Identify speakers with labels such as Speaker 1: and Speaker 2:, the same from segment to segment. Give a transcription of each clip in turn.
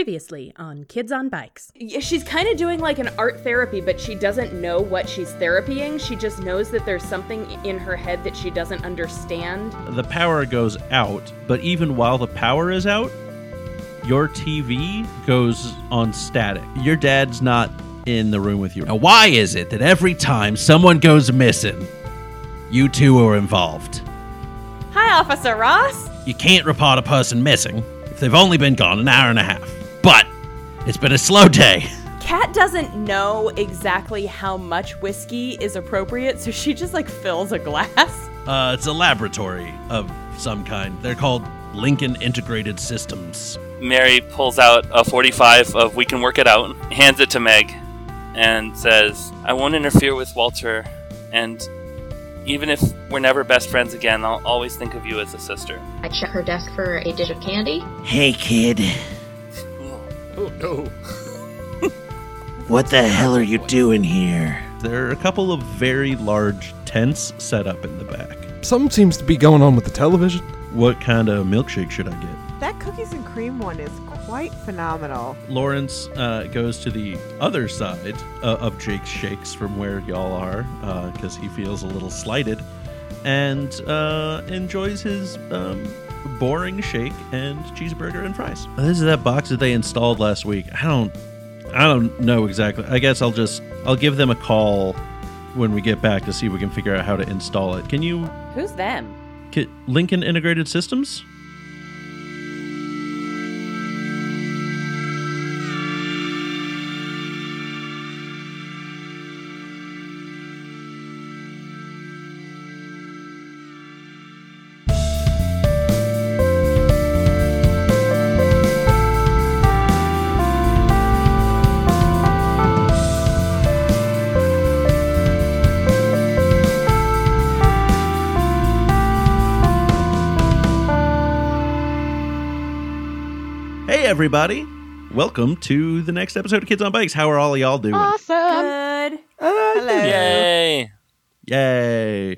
Speaker 1: Previously on Kids on Bikes.
Speaker 2: Yeah, She's kind of doing like an art therapy, but she doesn't know what she's therapying. She just knows that there's something in her head that she doesn't understand.
Speaker 3: the power goes out, but even while the power is out, your TV goes on static. Your dad's not in the room with you. Now, why is it that every time someone goes missing, you two are involved?
Speaker 4: Hi, Officer Ross.
Speaker 3: You can't report a person missing if they've only been gone an hour and a half. But it's been a slow day.
Speaker 4: Kat doesn't know exactly how much whiskey is appropriate, so she just like fills a glass.
Speaker 3: Uh, it's a laboratory of some kind. They're called Lincoln Integrated Systems.
Speaker 5: Mary pulls out a 45 of We Can Work It Out, hands it to Meg, and says, I won't interfere with Walter, and even if we're never best friends again, I'll always think of you as a sister.
Speaker 6: I check her desk for a dish of candy.
Speaker 7: Hey, kid.
Speaker 3: Oh,
Speaker 7: What the hell are you doing here?
Speaker 3: There are a couple of very large tents set up in the back.
Speaker 8: Something seems to be going on with the television.
Speaker 3: What kind of milkshake should I get?
Speaker 9: That cookies and cream one is quite phenomenal.
Speaker 3: Lawrence uh, goes to the other side uh, of Jake's Shakes from where y'all are because he feels a little slighted and uh, enjoys his um, boring shake and cheeseburger and fries. This is that box that they installed last week. I don't, I don't know exactly. I guess I'll just I'll give them a call when we get back to see if we can figure out how to install it. Can you
Speaker 2: Who's them?
Speaker 3: Ki- Lincoln Integrated Systems? Hey, everybody. Welcome to the next episode of Kids on Bikes. How are all y'all doing?
Speaker 9: Awesome.
Speaker 4: Good.
Speaker 9: Hello.
Speaker 5: Yay!
Speaker 3: Yay.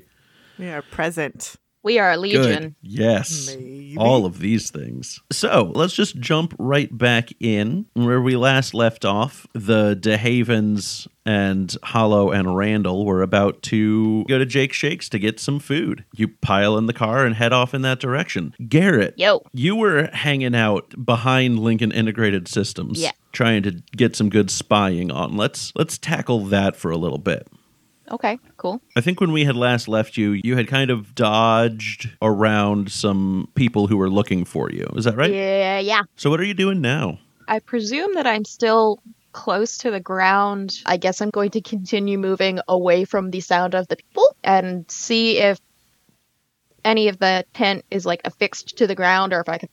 Speaker 9: We are present.
Speaker 6: We are a legion.
Speaker 3: Good. Yes.
Speaker 9: Maybe.
Speaker 3: All of these things. So let's just jump right back in where we last left off. The DeHavens and Hollow and Randall were about to go to Jake Shakes to get some food. You pile in the car and head off in that direction. Garrett,
Speaker 6: Yo.
Speaker 3: you were hanging out behind Lincoln Integrated Systems.
Speaker 6: Yeah.
Speaker 3: Trying to get some good spying on. Let's let's tackle that for a little bit.
Speaker 6: Okay, cool.
Speaker 3: I think when we had last left you, you had kind of dodged around some people who were looking for you. Is that right?
Speaker 6: Yeah, Uh, yeah.
Speaker 3: So what are you doing now?
Speaker 6: I presume that I'm still close to the ground. I guess I'm going to continue moving away from the sound of the people and see if any of the tent is like affixed to the ground or if I can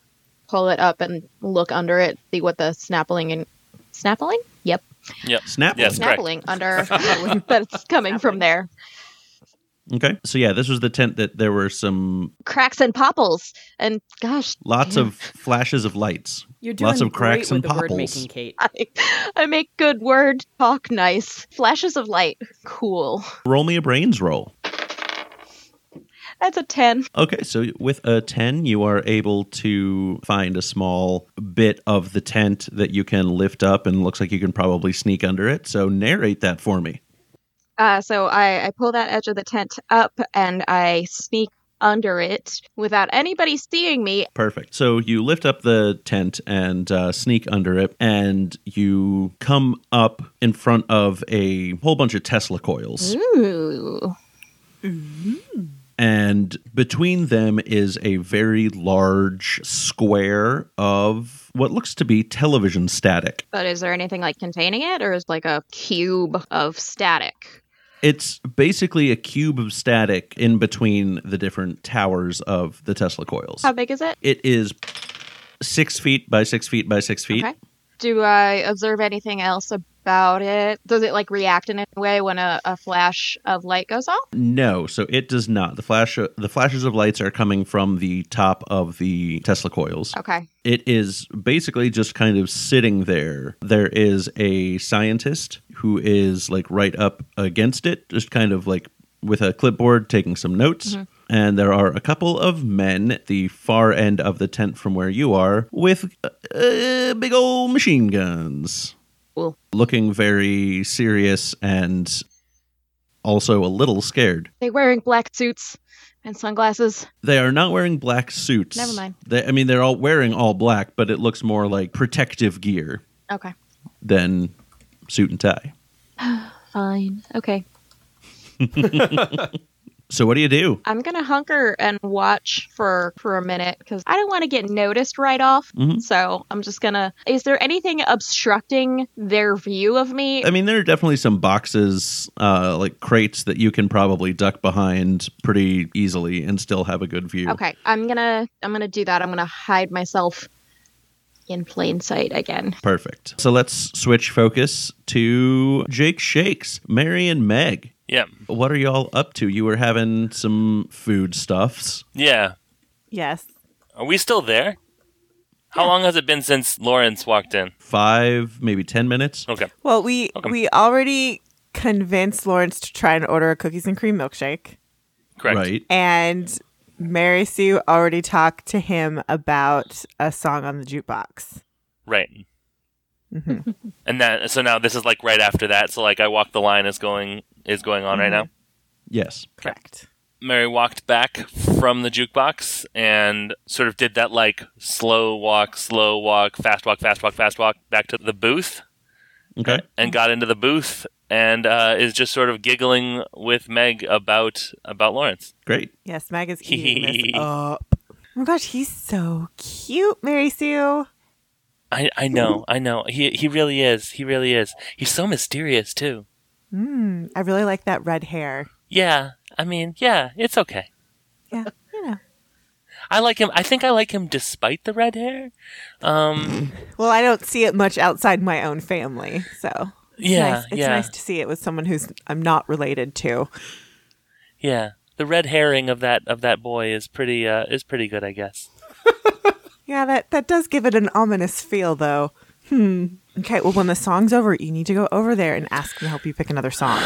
Speaker 6: pull it up and look under it, see what the snappling and snappling? Yep.
Speaker 5: Yep.
Speaker 3: Snap.
Speaker 5: Yes. That's correct.
Speaker 6: snappling under that's coming from there.
Speaker 3: Okay. So yeah, this was the tent that there were some
Speaker 6: Cracks and popples. And gosh,
Speaker 3: lots
Speaker 6: damn.
Speaker 3: of flashes of lights.
Speaker 2: You're
Speaker 3: Lots of cracks and popples.
Speaker 2: word-making, Kate.
Speaker 6: I, I make good word, talk nice. Flashes of light, cool.
Speaker 3: Roll me a brains roll.
Speaker 6: That's a 10.
Speaker 3: Okay, so with a 10, you are able to find a small bit of the tent that you can lift up and looks like you can probably sneak under it. So narrate that for me.
Speaker 6: Uh, so I, I pull that edge of the tent up and I sneak under it without anybody seeing me.
Speaker 3: Perfect. So you lift up the tent and uh, sneak under it, and you come up in front of a whole bunch of Tesla coils.
Speaker 6: Mm. Ooh.
Speaker 3: And between them is a very large square of what looks to be television static.
Speaker 6: But is there anything like containing it or is like a cube of static?
Speaker 3: It's basically a cube of static in between the different towers of the Tesla coils.
Speaker 6: How big is it?
Speaker 3: It is six feet by six feet by six feet.
Speaker 6: Okay. Do I observe anything else about it? Does it like react in any way when a, a flash of light goes off?
Speaker 3: No, so it does not. The flash, the flashes of lights are coming from the top of the Tesla coils.
Speaker 6: Okay.
Speaker 3: It is basically just kind of sitting there. There is a scientist who is like right up against it, just kind of like with a clipboard taking some notes. And there are a couple of men at the far end of the tent from where you are with uh, uh, big old machine guns.
Speaker 6: Cool.
Speaker 3: Looking very serious and also a little scared.
Speaker 6: They're wearing black suits and sunglasses.
Speaker 3: They are not wearing black suits.
Speaker 6: Never mind.
Speaker 3: They, I mean, they're all wearing all black, but it looks more like protective gear
Speaker 6: Okay.
Speaker 3: than suit and tie.
Speaker 6: Fine. Okay.
Speaker 3: So, what do you do?
Speaker 6: I'm gonna hunker and watch for for a minute because I don't want to get noticed right off.
Speaker 3: Mhm.
Speaker 6: So I'm just gonna. Is there anything obstructing their view of me?
Speaker 3: I mean, there are definitely some boxes, uh, like crates, that you can probably duck behind pretty easily and still have a good view.
Speaker 6: okay. I'm gonna I'm gonna do that. I'm gonna hide myself in plain sight again.
Speaker 3: Perfect. So let's switch focus to Jake Shakes, Mary and Meg.
Speaker 5: Yeah.
Speaker 3: What are y'all up to? You were having some food stuffs.
Speaker 5: Yeah.
Speaker 9: Yes.
Speaker 5: Are we still there? How long has it been since Lawrence walked in?
Speaker 3: Five, maybe ten minutes.
Speaker 5: Okay.
Speaker 9: Well, we
Speaker 5: Okay.
Speaker 9: we already convinced Lawrence to try and order a cookies and cream milkshake,
Speaker 5: Correct.
Speaker 3: Right.
Speaker 9: and Mary Sue already talked to him about a song on the jukebox.
Speaker 5: Right.
Speaker 9: Mhm.
Speaker 5: And that so now this is like right after that. So like I walk the line is going is going on right now.
Speaker 3: Yes.
Speaker 9: Correct.
Speaker 5: Mary walked back from the jukebox and sort of did that like slow walk, slow walk, fast walk, fast walk, fast walk back to the booth
Speaker 3: Okay.
Speaker 5: and got into the booth and uh, is just sort of giggling with Meg about about Lawrence.
Speaker 3: Great.
Speaker 9: Yes, Meg is eating this up. Oh my gosh, he's so cute, Mary Sue.
Speaker 5: I, I know, I know. He he really is. He really is. He's so mysterious too.
Speaker 9: Mm, I really like that red hair.
Speaker 5: Yeah. I mean, yeah, it's okay.
Speaker 9: Yeah, you know.
Speaker 5: I like him. I think I like him despite the red hair. Um,
Speaker 9: Well, I don't see it much outside my own family, so it's
Speaker 5: yeah,
Speaker 9: nice. it's
Speaker 5: yeah,
Speaker 9: nice to see it with someone who's I'm not related to.
Speaker 5: yeah. The red herring of that of that boy is pretty uh, is pretty good, I guess.
Speaker 9: Yeah, that that does give it an ominous feel, though. Hmm. Okay. Well, when the song's over, you need to go over there and ask them to help you pick another song.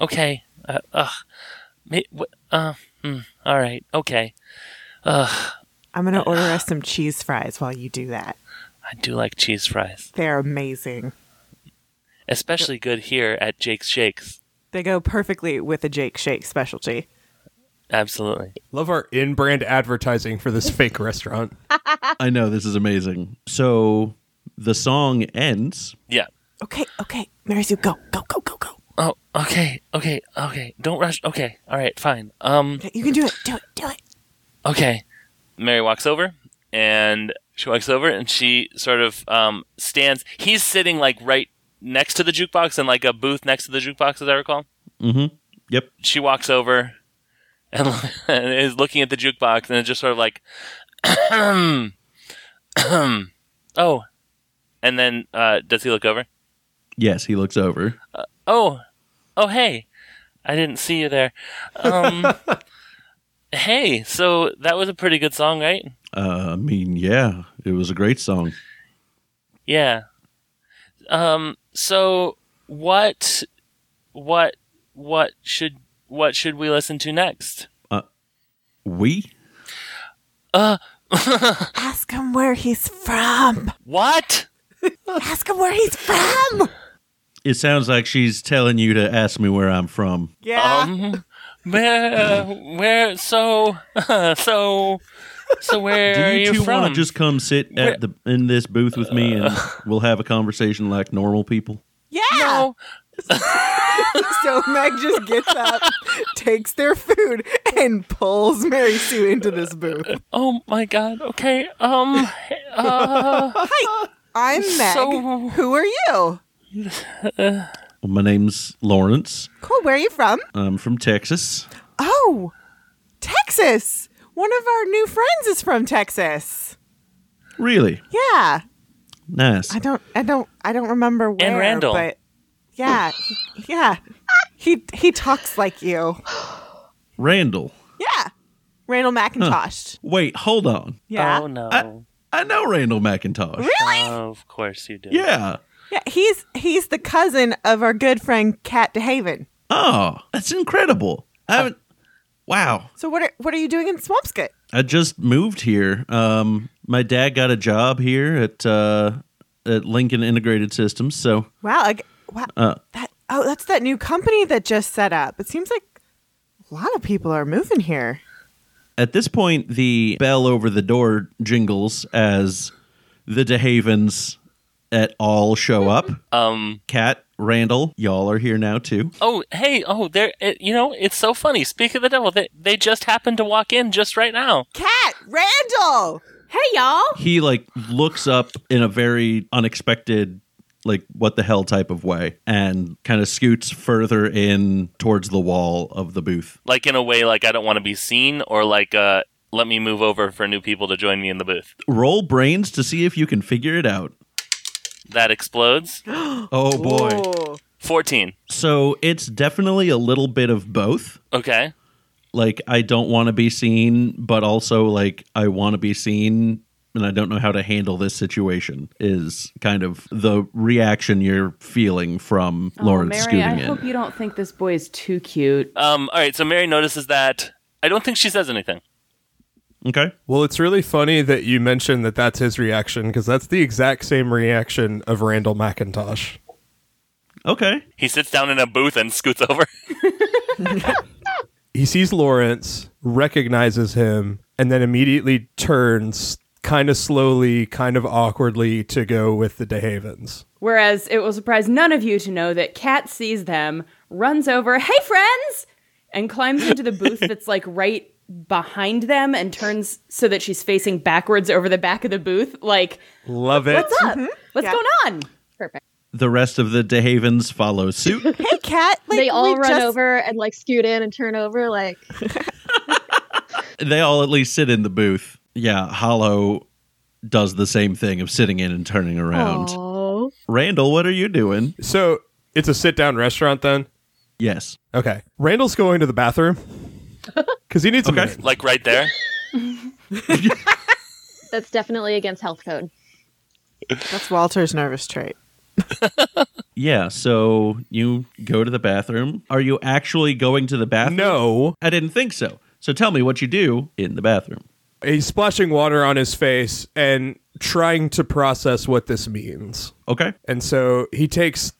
Speaker 5: Okay. Uh, ugh. May, wh- uh, hmm. all right. Okay. Ugh.
Speaker 9: I'm gonna order us some cheese fries while you do that.
Speaker 5: I do like cheese fries,
Speaker 9: They're amazing.
Speaker 5: especially good here at Jake's Shakes.
Speaker 9: They go perfectly with a Jake Shake specialty.
Speaker 5: Absolutely.
Speaker 10: Love our in brand advertising for this fake restaurant.
Speaker 3: I know this is amazing. So the song ends.
Speaker 5: Yeah.
Speaker 9: Okay. Okay. Mary Sue, go, go, go, go, go.
Speaker 5: Oh. Okay. Okay. Okay. Don't rush. Okay. All right. Fine. Um.
Speaker 9: Okay, You can do it. Do it. Do it.
Speaker 5: Okay. Mary walks over and she walks over and she sort of um, stands. He's sitting like right next to the jukebox in like a booth next to the jukebox, as I recall.
Speaker 3: Mm-hmm. Yep.
Speaker 5: She walks over and, and is looking at the jukebox and is just sort of like, oh. And then uh, does he look over?
Speaker 3: Yes, he looks over.
Speaker 5: Oh, oh, hey, I didn't see you there. Um, hey, so that was a pretty good song, right?
Speaker 3: Uh, I mean, yeah, it was a great song.
Speaker 5: Yeah. Um. So what, what, what should what should we listen to next?
Speaker 3: We?
Speaker 9: Ask him where he's from.
Speaker 5: What?
Speaker 9: Ask him where he's from.
Speaker 3: It sounds like she's telling you to ask me where I'm from.
Speaker 9: Yeah.
Speaker 3: Ah.
Speaker 5: Um. Where? Where? So. so. So where
Speaker 3: Do
Speaker 5: are
Speaker 3: you
Speaker 5: you
Speaker 3: two
Speaker 5: from?
Speaker 3: want to just come sit at the in this booth with me and we'll have a conversation like normal people?
Speaker 9: yeah.
Speaker 5: No.
Speaker 9: So Meg just gets up, takes their food, and pulls Mary Sue into this booth.
Speaker 5: Oh my God. Okay. Um. Uh.
Speaker 9: I'm Meg.
Speaker 5: So-
Speaker 9: Who are you?
Speaker 3: Well, my name's Lawrence.
Speaker 9: Cool. Where are you from?
Speaker 3: I'm from Texas.
Speaker 9: Oh, Texas. One of our new friends is from Texas.
Speaker 3: Really
Speaker 9: Yeah.
Speaker 3: nice.
Speaker 9: I don't. I don't. I don't remember where.
Speaker 5: Randall.
Speaker 9: But yeah, he- yeah. He he talks like you.
Speaker 3: Randall.
Speaker 9: Yeah. Randall McIntosh.
Speaker 3: Wait, hold on.
Speaker 9: Yeah.
Speaker 5: Oh no.
Speaker 3: I know Randall McIntosh.
Speaker 5: Of course you do.
Speaker 3: Yeah.
Speaker 9: Yeah. He's he's the cousin of our good friend Kat DeHaven.
Speaker 3: Oh, that's incredible. I haven't Wow.
Speaker 9: So what are what are you doing in Swampskit?
Speaker 3: I just moved here. Um, my dad got a job here at uh, at Lincoln Integrated Systems. So
Speaker 9: Wow, like, wow.
Speaker 3: uh,
Speaker 9: that oh, that's that new company that just set up. It seems like a lot of people are moving here.
Speaker 3: at this point, the bell over the door jingles as the DeHavens at all show up.
Speaker 5: Um,
Speaker 3: Kat, Randall, y'all are here now too.
Speaker 5: Oh, hey, oh, there. It, you know, it's so funny. Speak of the devil. They they just happened to walk in just right now.
Speaker 9: Cat, Randall.
Speaker 2: Hey, y'all.
Speaker 3: He like looks up in a very unexpected, like what the hell type of way, and kind of scoots further in towards the wall of the booth.
Speaker 5: Like in a way, like I don't want to be seen, or like uh, let me move over for new people to join me in the booth.
Speaker 3: Roll brains to see if you can figure it out.
Speaker 5: That explodes.
Speaker 3: Oh boy.
Speaker 5: Fourteen.
Speaker 3: So it's definitely a little bit of both.
Speaker 5: Okay.
Speaker 3: Like I don't want to be seen, but also like I want to be seen and I don't know how to handle this situation is kind of the reaction you're feeling from Lawrence
Speaker 2: Oh, Mary,
Speaker 3: scooting
Speaker 2: I
Speaker 3: in.
Speaker 2: hope you don't think this boy is too cute.
Speaker 5: Um. All right. So Mary notices that. I don't think she says anything.
Speaker 3: Okay.
Speaker 10: Well, it's really funny that you mentioned that that's his reaction because that's the exact same reaction of Randall McIntosh.
Speaker 3: Okay.
Speaker 5: He sits down in a booth and scoots over.
Speaker 10: He sees Lawrence, recognizes him, and then immediately turns kind of slowly, kind of awkwardly to go with the DeHavens.
Speaker 2: Whereas it will surprise none of you to know that Kat sees them, runs over, hey friends, and climbs into the booth that's like right behind them and turns so that she's facing backwards over the back of the booth. Like,
Speaker 10: Love it.
Speaker 2: what's up? Mm-hmm. What's
Speaker 9: Yeah.
Speaker 2: going on?
Speaker 6: Perfect.
Speaker 3: The rest of the DeHavens follow suit.
Speaker 9: Hey, Cat. Like,
Speaker 6: they all
Speaker 9: we
Speaker 6: run
Speaker 9: just-
Speaker 6: over and like scoot in and turn over. Like
Speaker 3: they all at least sit in the booth. Yeah, Hollow does the same thing of sitting in and turning around.
Speaker 6: oh,
Speaker 3: Randall, what are you doing?
Speaker 10: So it's a sit down restaurant then?
Speaker 3: Yes.
Speaker 10: Okay. Randall's going to the bathroom because he needs a
Speaker 3: Okay.
Speaker 10: minute.
Speaker 5: Like right there.
Speaker 6: that's definitely against health code.
Speaker 9: That's Walter's nervous trait.
Speaker 3: Yeah, so you go to the bathroom. Are you actually going to the bathroom?
Speaker 10: No.
Speaker 3: I didn't think so. So tell me what you do in the bathroom.
Speaker 10: He's splashing water on his face and trying to process what this means.
Speaker 3: Okay.
Speaker 10: And so he takes,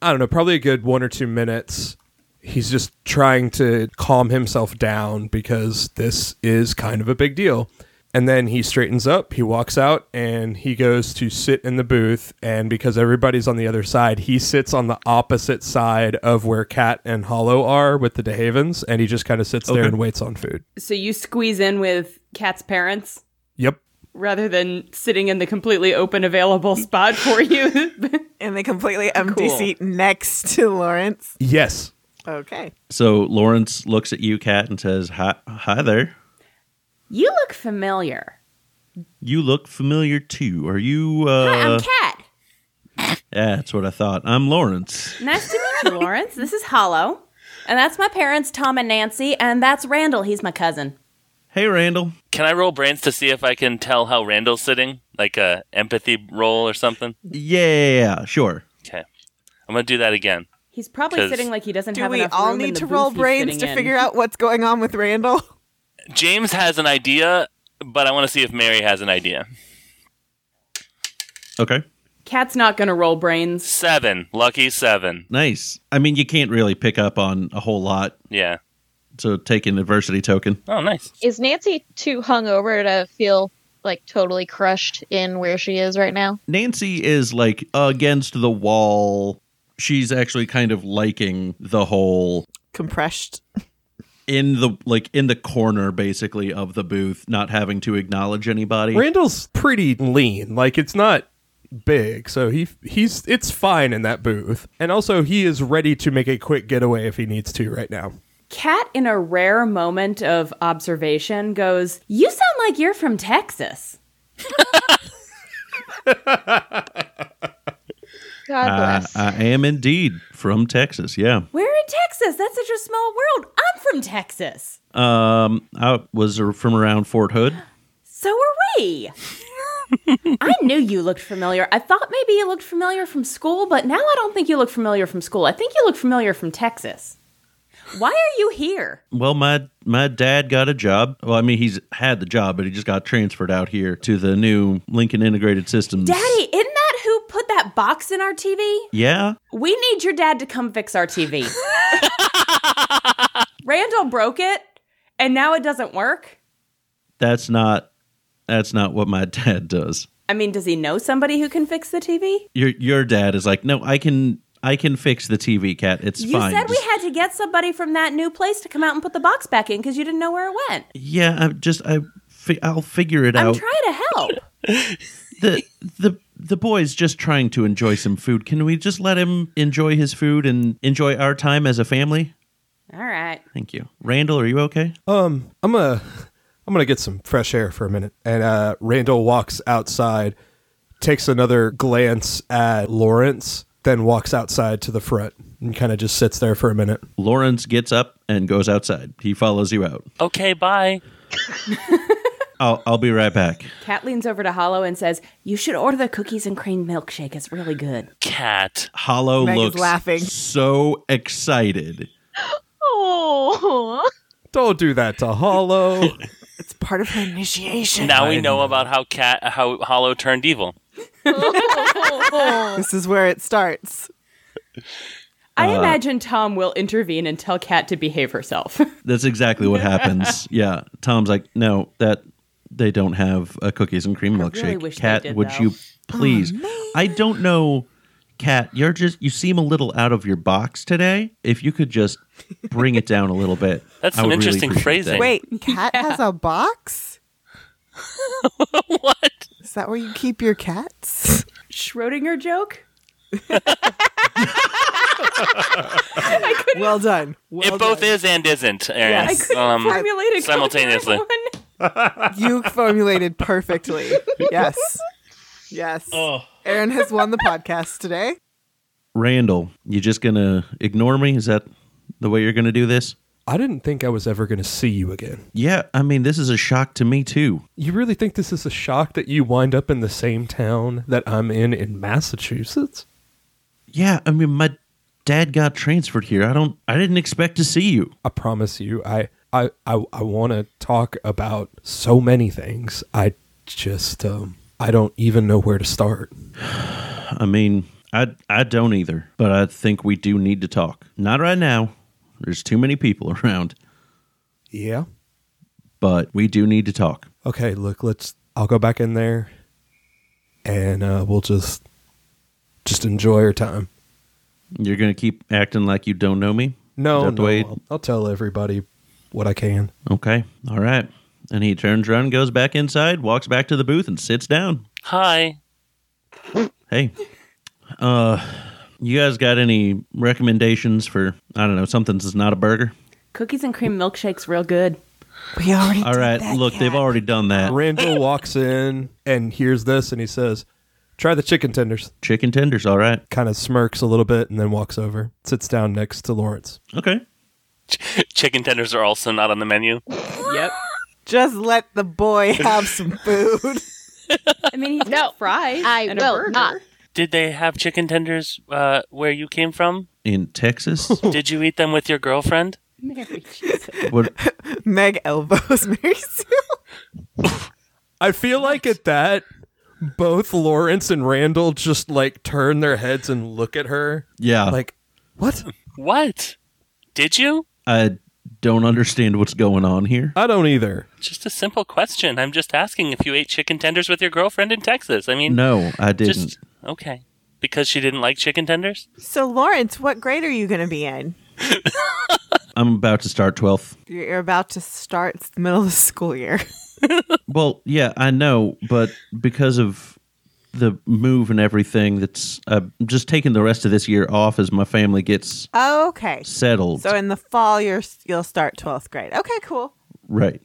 Speaker 10: I don't know, probably a good one or two minutes. He's just trying to calm himself down because this is kind of a big deal. And then he straightens up, he walks out, and he goes to sit in the booth. And because everybody's on the other side, he sits on the opposite side of where Cat and Hollow are with the DeHavens, and he just kind of sits there
Speaker 3: Okay.
Speaker 10: and waits on food.
Speaker 2: So you squeeze in with Kat's parents
Speaker 10: Yep.
Speaker 2: rather than sitting in the completely open available spot for you.
Speaker 9: In the completely empty
Speaker 2: Cool.
Speaker 9: seat next to Lawrence.
Speaker 10: Yes.
Speaker 9: Okay.
Speaker 3: So Lawrence looks at you, Kat, and says, Hi hi there.
Speaker 2: you look familiar.
Speaker 3: You look familiar too. Are you
Speaker 2: I'm
Speaker 3: uh
Speaker 2: Kat.
Speaker 3: yeah, that's what I thought. I'm Lawrence.
Speaker 2: Nice to meet you, Lawrence. This is Hollow. And that's my parents, Tom and Nancy. And that's Randall. He's my cousin.
Speaker 3: Hey Randall.
Speaker 5: Can I roll brains to see if I can tell how Randall's sitting? Like a empathy roll or something?
Speaker 3: Yeah, sure.
Speaker 5: Okay. I'm gonna do that again.
Speaker 2: He's probably
Speaker 5: 'Cause-
Speaker 2: sitting like he doesn't
Speaker 9: Do
Speaker 2: have
Speaker 9: we
Speaker 2: enough
Speaker 9: all
Speaker 2: room in
Speaker 9: need
Speaker 2: the
Speaker 9: to
Speaker 2: booth
Speaker 9: roll
Speaker 2: he's
Speaker 9: brains
Speaker 2: sitting
Speaker 9: to
Speaker 2: in.
Speaker 9: figure out what's going on with Randall?
Speaker 5: James has an idea, but I want to see if Mary has an idea.
Speaker 3: Okay.
Speaker 2: Cat's not going to roll brains.
Speaker 5: Seven. Lucky seven.
Speaker 3: Nice. I mean, you can't really pick up on a whole lot,
Speaker 5: Yeah.
Speaker 3: so take an adversity token.
Speaker 5: Oh, nice.
Speaker 6: Is Nancy too hungover to feel like totally crushed in where she is right now?
Speaker 3: Nancy is like against the wall. She's actually kind of liking the whole
Speaker 9: Compressed.
Speaker 3: in the like in the corner basically of the booth, not having to acknowledge anybody.
Speaker 10: Randall's pretty lean. Like it's not big, so he he's it's fine in that booth. And also he is ready to make a quick getaway if he needs to right now.
Speaker 2: Cat, in a rare moment of observation, goes, You sound like you're from Texas.
Speaker 6: God
Speaker 3: I,
Speaker 6: bless.
Speaker 3: I am indeed from Texas. Yeah.
Speaker 2: We're in Texas. That's such a small world. I'm from Texas.
Speaker 3: Um, I was from around Fort Hood.
Speaker 2: So are we. I knew you looked familiar. I thought maybe you looked familiar from school, but now I don't think you look familiar from school. I think you look familiar from Texas. Why are you here?
Speaker 3: Well, my my dad got a job. Well, I mean, he's had the job, but he just got transferred out here to the new Lincoln Integrated Systems.
Speaker 2: Daddy, isn't that who put that box in our TV?
Speaker 3: Yeah.
Speaker 2: We need your dad to come fix our TV. Randall broke it and now it doesn't work.
Speaker 3: That's not that's not what my dad does.
Speaker 2: I mean, does he know somebody who can fix the TV?
Speaker 3: Your your dad is like, "No, I can I can fix the TV, cat. It's
Speaker 2: you
Speaker 3: fine."
Speaker 2: said we
Speaker 3: Just-
Speaker 2: had to get somebody from that new place to come out and put the box back in because you didn't know where it went.
Speaker 3: yeah, I'm just I fi- I'll figure it
Speaker 2: I'm
Speaker 3: out.
Speaker 2: trying to help.
Speaker 3: the the the boy's just trying to enjoy some food. Can we just let him enjoy his food and enjoy our time as a family?
Speaker 2: All right.
Speaker 3: Thank you. Randall, are you okay?
Speaker 10: Um, I'm a, I'm gonna get some fresh air for a minute. And uh, Randall walks outside, takes another glance at Lawrence, then walks outside to the front and kind of just sits there for a minute.
Speaker 3: Lawrence gets up and goes outside. He follows you out.
Speaker 5: Okay, bye.
Speaker 3: I'll I'll be right back.
Speaker 2: Kat leans over to Hollow and says, You should order the cookies and cream milkshake. It's really good.
Speaker 5: Cat.
Speaker 3: Hollow
Speaker 2: Meg is
Speaker 3: looks
Speaker 2: laughing.
Speaker 3: so excited.
Speaker 6: Oh.
Speaker 10: Don't do that to Hollow.
Speaker 9: It's part of her initiation.
Speaker 5: Now we know about how cat how Hollow turned evil.
Speaker 9: this is where it starts.
Speaker 2: I
Speaker 3: Uh,
Speaker 2: imagine Tom will intervene and tell Kat to behave herself.
Speaker 3: That's exactly what happens. Yeah. Tom's like, no, that they don't have a cookies and cream milkshake.
Speaker 2: wish they
Speaker 3: Kat,
Speaker 2: did,
Speaker 3: would
Speaker 2: though. Oh,
Speaker 3: you please? I don't know, Kat. You're just you seem a little out of your box today. If you could just bring it down a little bit,
Speaker 5: That's
Speaker 3: I
Speaker 5: some
Speaker 3: would really
Speaker 5: interesting
Speaker 3: appreciate that.
Speaker 5: phrasing.
Speaker 9: Wait, cat has a box?
Speaker 5: what?
Speaker 9: Is that where you keep your cats?
Speaker 2: Schrodinger joke?
Speaker 9: well done. Well
Speaker 5: it both is and isn't, Aaron. Um,
Speaker 2: I couldn't formulate a
Speaker 5: simultaneously.
Speaker 2: coherent
Speaker 9: You formulated perfectly. Yes. Yes. Aaron has won the podcast today.
Speaker 3: Randall, you just gonna ignore me? Is that the way you're gonna do this?
Speaker 10: I didn't think I was ever gonna see you again.
Speaker 3: Yeah, I mean, this is a shock to me too.
Speaker 10: You really think this is a shock that you wind up in the same town that I'm in in Massachusetts?
Speaker 3: Yeah, I mean, my dad got transferred here. I don't, I didn't expect to see you.
Speaker 10: I promise you, I I I, I want to talk about so many things. I just um I don't even know where to start.
Speaker 3: I mean, I I don't either, but I think we do need to talk. Not right now. There's too many people around,
Speaker 10: Yeah.
Speaker 3: but we do need to talk.
Speaker 10: Okay, look, let's I'll go back in there and uh we'll just just enjoy our time.
Speaker 3: You're gonna keep acting like you don't know me. Is
Speaker 10: No,
Speaker 3: that the
Speaker 10: no
Speaker 3: way-
Speaker 10: I'll, I'll tell everybody what I can.
Speaker 3: Okay. All right. And he turns around, goes back inside, walks back to the booth, and sits down.
Speaker 5: Hi.
Speaker 3: Hey, uh, you guys got any recommendations for I don't know something that's not a burger?
Speaker 2: Cookies and cream milkshake's real good.
Speaker 9: We already
Speaker 3: All right. Look, they've already done that.
Speaker 10: Randall walks in and hears this and he says, "Try the chicken tenders."
Speaker 3: Chicken tenders. All right.
Speaker 10: Kind of smirks a little bit and then walks over, sits down next to Lawrence.
Speaker 3: Okay.
Speaker 5: Chicken tenders are also not on the menu.
Speaker 2: Yep.
Speaker 9: Just let the boy have some food.
Speaker 2: I mean, he's got fries.
Speaker 6: I
Speaker 2: and a burger.
Speaker 6: will not.
Speaker 5: Did they have chicken tenders uh, where you came from?
Speaker 3: In Texas,
Speaker 5: Did you eat them with your girlfriend?
Speaker 2: Mary Jesus.
Speaker 3: what
Speaker 9: Meg elbows Mary Sue.
Speaker 10: I feel like at that, both Lawrence and Randall just like turn their heads and look at her.
Speaker 3: Yeah.
Speaker 10: Like, what?
Speaker 5: What? Did you?
Speaker 3: I don't understand what's going on here.
Speaker 10: I don't either.
Speaker 5: Just a simple question. I'm just asking if you ate chicken tenders with your girlfriend in Texas. I mean,
Speaker 3: No, I didn't.
Speaker 5: just okay. Because she didn't like chicken tenders?
Speaker 9: So, Lawrence, what grade are you going to be in?
Speaker 3: I'm about to start 12th.
Speaker 9: You're you're about to start. It's the middle of the school year.
Speaker 3: Well, yeah, I know, but because of the move and everything, that's I'm just taking the rest of this year off as my family gets
Speaker 9: Oh, okay.
Speaker 3: settled.
Speaker 9: So, in the fall, you're, you'll start 12th grade. Okay, cool.
Speaker 3: right.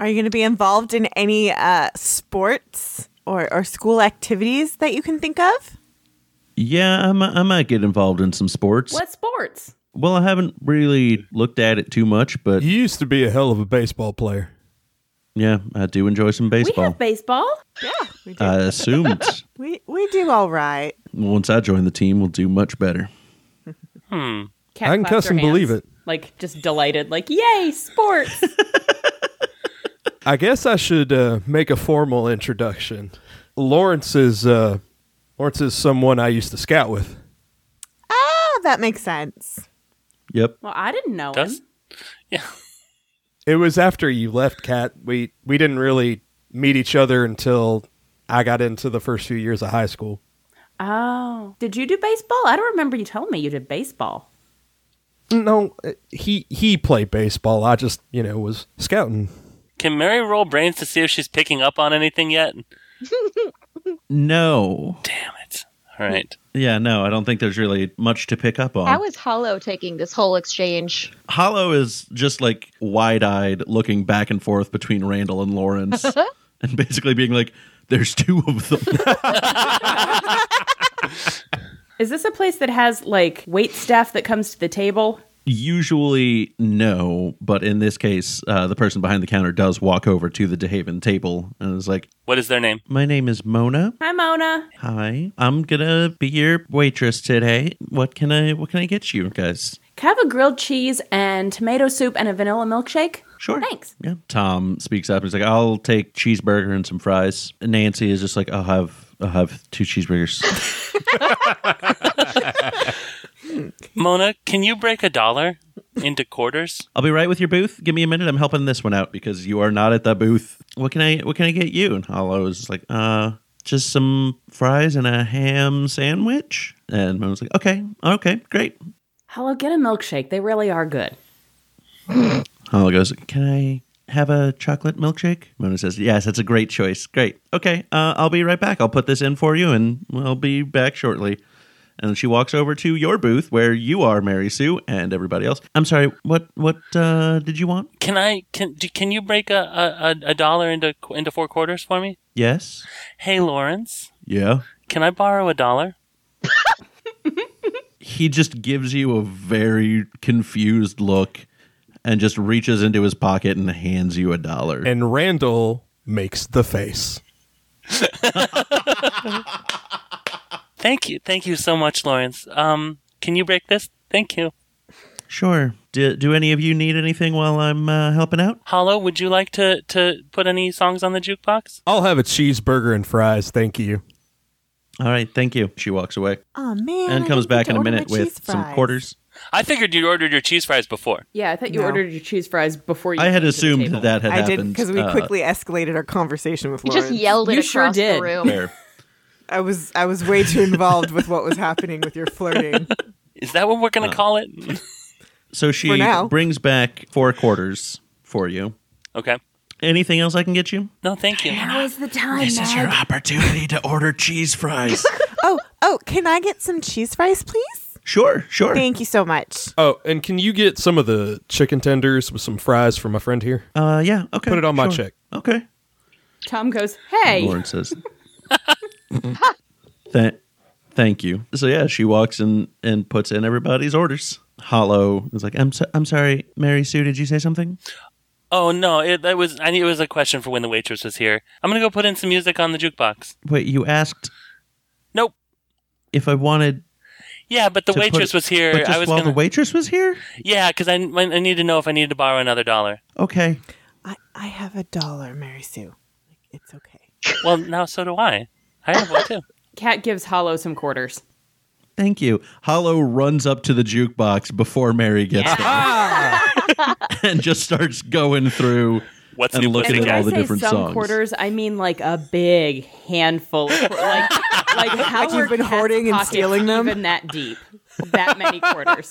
Speaker 9: Are you going to be involved in any uh, sports or, or school activities that you can think of?
Speaker 3: Yeah, I might, I might get involved in some sports.
Speaker 2: What sports?
Speaker 3: Well, I haven't really looked at it too much, but
Speaker 10: You used to be a hell of a baseball player.
Speaker 3: yeah, I do enjoy some
Speaker 2: We
Speaker 3: baseball.
Speaker 2: have baseball.
Speaker 9: Yeah, we do.
Speaker 3: I assumed
Speaker 9: we, we do all right.
Speaker 3: once I join the team, we'll do much better.
Speaker 5: Hmm.
Speaker 2: Cat
Speaker 10: I can
Speaker 2: claps
Speaker 10: cuss
Speaker 2: her
Speaker 10: and believe
Speaker 2: hands.
Speaker 10: it.
Speaker 2: like just delighted, like, yay, sports.
Speaker 10: I guess I should uh, make a formal introduction. Lawrence is uh, Lawrence is someone I used to scout with.
Speaker 9: Ah, that makes sense.
Speaker 3: Yep.
Speaker 2: well, I didn't know
Speaker 5: Does-
Speaker 2: him.
Speaker 10: It was after you left, Kat. We we didn't really meet each other until I got into the first few years of high school.
Speaker 2: Oh, did you do baseball? I don't remember you telling me you did baseball.
Speaker 10: No, uh, he he played baseball. I just you know was scouting.
Speaker 5: Can Mary roll brains to see if she's picking up on anything yet?
Speaker 3: No.
Speaker 5: Damn it. All right.
Speaker 3: Yeah, no, I don't think there's really much to pick up on.
Speaker 6: How is Hollow taking this whole exchange?
Speaker 3: Hollow is just like wide eyed looking back and forth between Randall and Lawrence and basically being like, there's two of them.
Speaker 2: Is this a place that has like wait staff that comes to the table?
Speaker 3: Usually, no, but in this case, uh, the person behind the counter does walk over to the DeHaven table and is like,
Speaker 5: What is their name?
Speaker 3: My name is Mona.
Speaker 2: Hi, Mona.
Speaker 3: Hi. I'm gonna be your waitress today. What can I what can I get you guys?
Speaker 2: Can I have a grilled cheese and tomato soup and a vanilla milkshake?
Speaker 3: Sure.
Speaker 2: Thanks.
Speaker 3: Yeah. Tom speaks up. He's like, I'll take cheeseburger and some fries. Nancy is just like, I'll have I'll have two cheeseburgers.
Speaker 5: Mona, can you break a dollar into quarters?
Speaker 3: I'll be right with your booth. Give me a minute. I'm helping this one out because you are not at the booth. What can I what can I get you? And Hollow is just like, uh, just some fries and a ham sandwich. And Mona's like, okay, okay, great.
Speaker 2: Hello, get a milkshake. They really are good.
Speaker 3: Hollow goes, Can I have a chocolate milkshake? Mona says, Yes, that's a great choice. Great. Okay, uh, I'll be right back. I'll put this in for you and I'll be back shortly. And she walks over to your booth where you are, Mary Sue, and everybody else. I'm sorry, what what uh, did you want?
Speaker 5: Can I can do, can you break a, a, a- a dollar into qu- into four quarters for me?
Speaker 3: Yes?
Speaker 5: Hey Lawrence,
Speaker 3: Yeah.
Speaker 5: can I borrow a dollar?
Speaker 3: He just gives you a very confused look and just reaches into his pocket and hands you a dollar.
Speaker 10: And Randall makes the face.
Speaker 5: Thank you. Thank you so much, Lawrence. Um can you break this? Thank you.
Speaker 3: sure. Do, do any of you need anything while I'm uh, helping out?
Speaker 5: Hollow, would you like to to put any songs on the jukebox?
Speaker 10: I'll have a cheeseburger and fries, thank you.
Speaker 3: All right, thank you. She walks away.
Speaker 9: Oh man.
Speaker 3: and
Speaker 9: I
Speaker 3: comes
Speaker 9: didn't get
Speaker 3: back
Speaker 9: to
Speaker 3: in a
Speaker 9: order my
Speaker 3: minute with
Speaker 9: cheese
Speaker 3: some
Speaker 9: fries.
Speaker 3: quarters.
Speaker 5: I figured you ordered your cheese fries before.
Speaker 2: Yeah, I thought you
Speaker 9: No.
Speaker 2: ordered your cheese fries before you.
Speaker 3: I
Speaker 2: came
Speaker 3: had
Speaker 2: to the
Speaker 3: assumed
Speaker 2: table.
Speaker 3: that that had
Speaker 9: I
Speaker 3: happened
Speaker 9: did because we
Speaker 3: uh,
Speaker 9: quickly escalated our conversation with
Speaker 6: He
Speaker 9: Lawrence.
Speaker 6: just yelled it
Speaker 2: You sure
Speaker 6: across
Speaker 2: did.
Speaker 6: the room.
Speaker 3: there.
Speaker 9: I was I was way too involved with what was happening with your flirting.
Speaker 5: Is that what we're gonna call it?
Speaker 3: So she
Speaker 9: now.
Speaker 3: brings back four quarters for you.
Speaker 5: okay.
Speaker 3: Anything else I can get you?
Speaker 5: No, thank you.
Speaker 7: This is your opportunity to order cheese fries.
Speaker 9: Oh, oh, can I get some cheese fries, please?
Speaker 3: Sure, sure.
Speaker 9: Thank you so much.
Speaker 10: Oh, and can you get some of the chicken tenders with some fries for my friend here?
Speaker 3: Uh, yeah, okay.
Speaker 10: Put it on my
Speaker 3: sure.
Speaker 10: check.
Speaker 3: Okay.
Speaker 2: Tom goes, "Hey,
Speaker 3: Lauren says. Th- thank you. So yeah, she walks in and puts in everybody's orders. Hollow is like, I'm so- I'm sorry, Mary Sue. Did you say something?
Speaker 5: Oh no, it that was I knew it was a question for when the waitress was here. I'm gonna go put in some music on the jukebox.
Speaker 3: Wait, you asked
Speaker 5: Nope.
Speaker 3: if I wanted.
Speaker 5: Yeah, but the
Speaker 3: to put
Speaker 5: waitress
Speaker 3: it-
Speaker 5: was here.
Speaker 3: But just
Speaker 5: I was
Speaker 3: while
Speaker 5: gonna
Speaker 3: the waitress was here.
Speaker 5: Yeah, because I, I need to know if I need to borrow another dollar.
Speaker 3: Okay.
Speaker 9: I, I have a dollar, Mary Sue. Like, it's okay.
Speaker 5: Well, now so do I. I have one too.
Speaker 2: Cat gives Hollow some quarters."
Speaker 3: Thank you. Hollow runs up to the jukebox before Mary gets there and just starts going through
Speaker 5: What's
Speaker 3: and
Speaker 5: new
Speaker 3: looking
Speaker 5: pussycat?
Speaker 3: at all the
Speaker 2: I say
Speaker 3: different
Speaker 2: some
Speaker 3: songs.
Speaker 2: quarters, I mean like a big handful, of quar- like like how
Speaker 9: you've
Speaker 2: are
Speaker 9: been
Speaker 2: cats'
Speaker 9: hoarding and
Speaker 2: pockets
Speaker 9: stealing them?
Speaker 2: even that deep, that many quarters.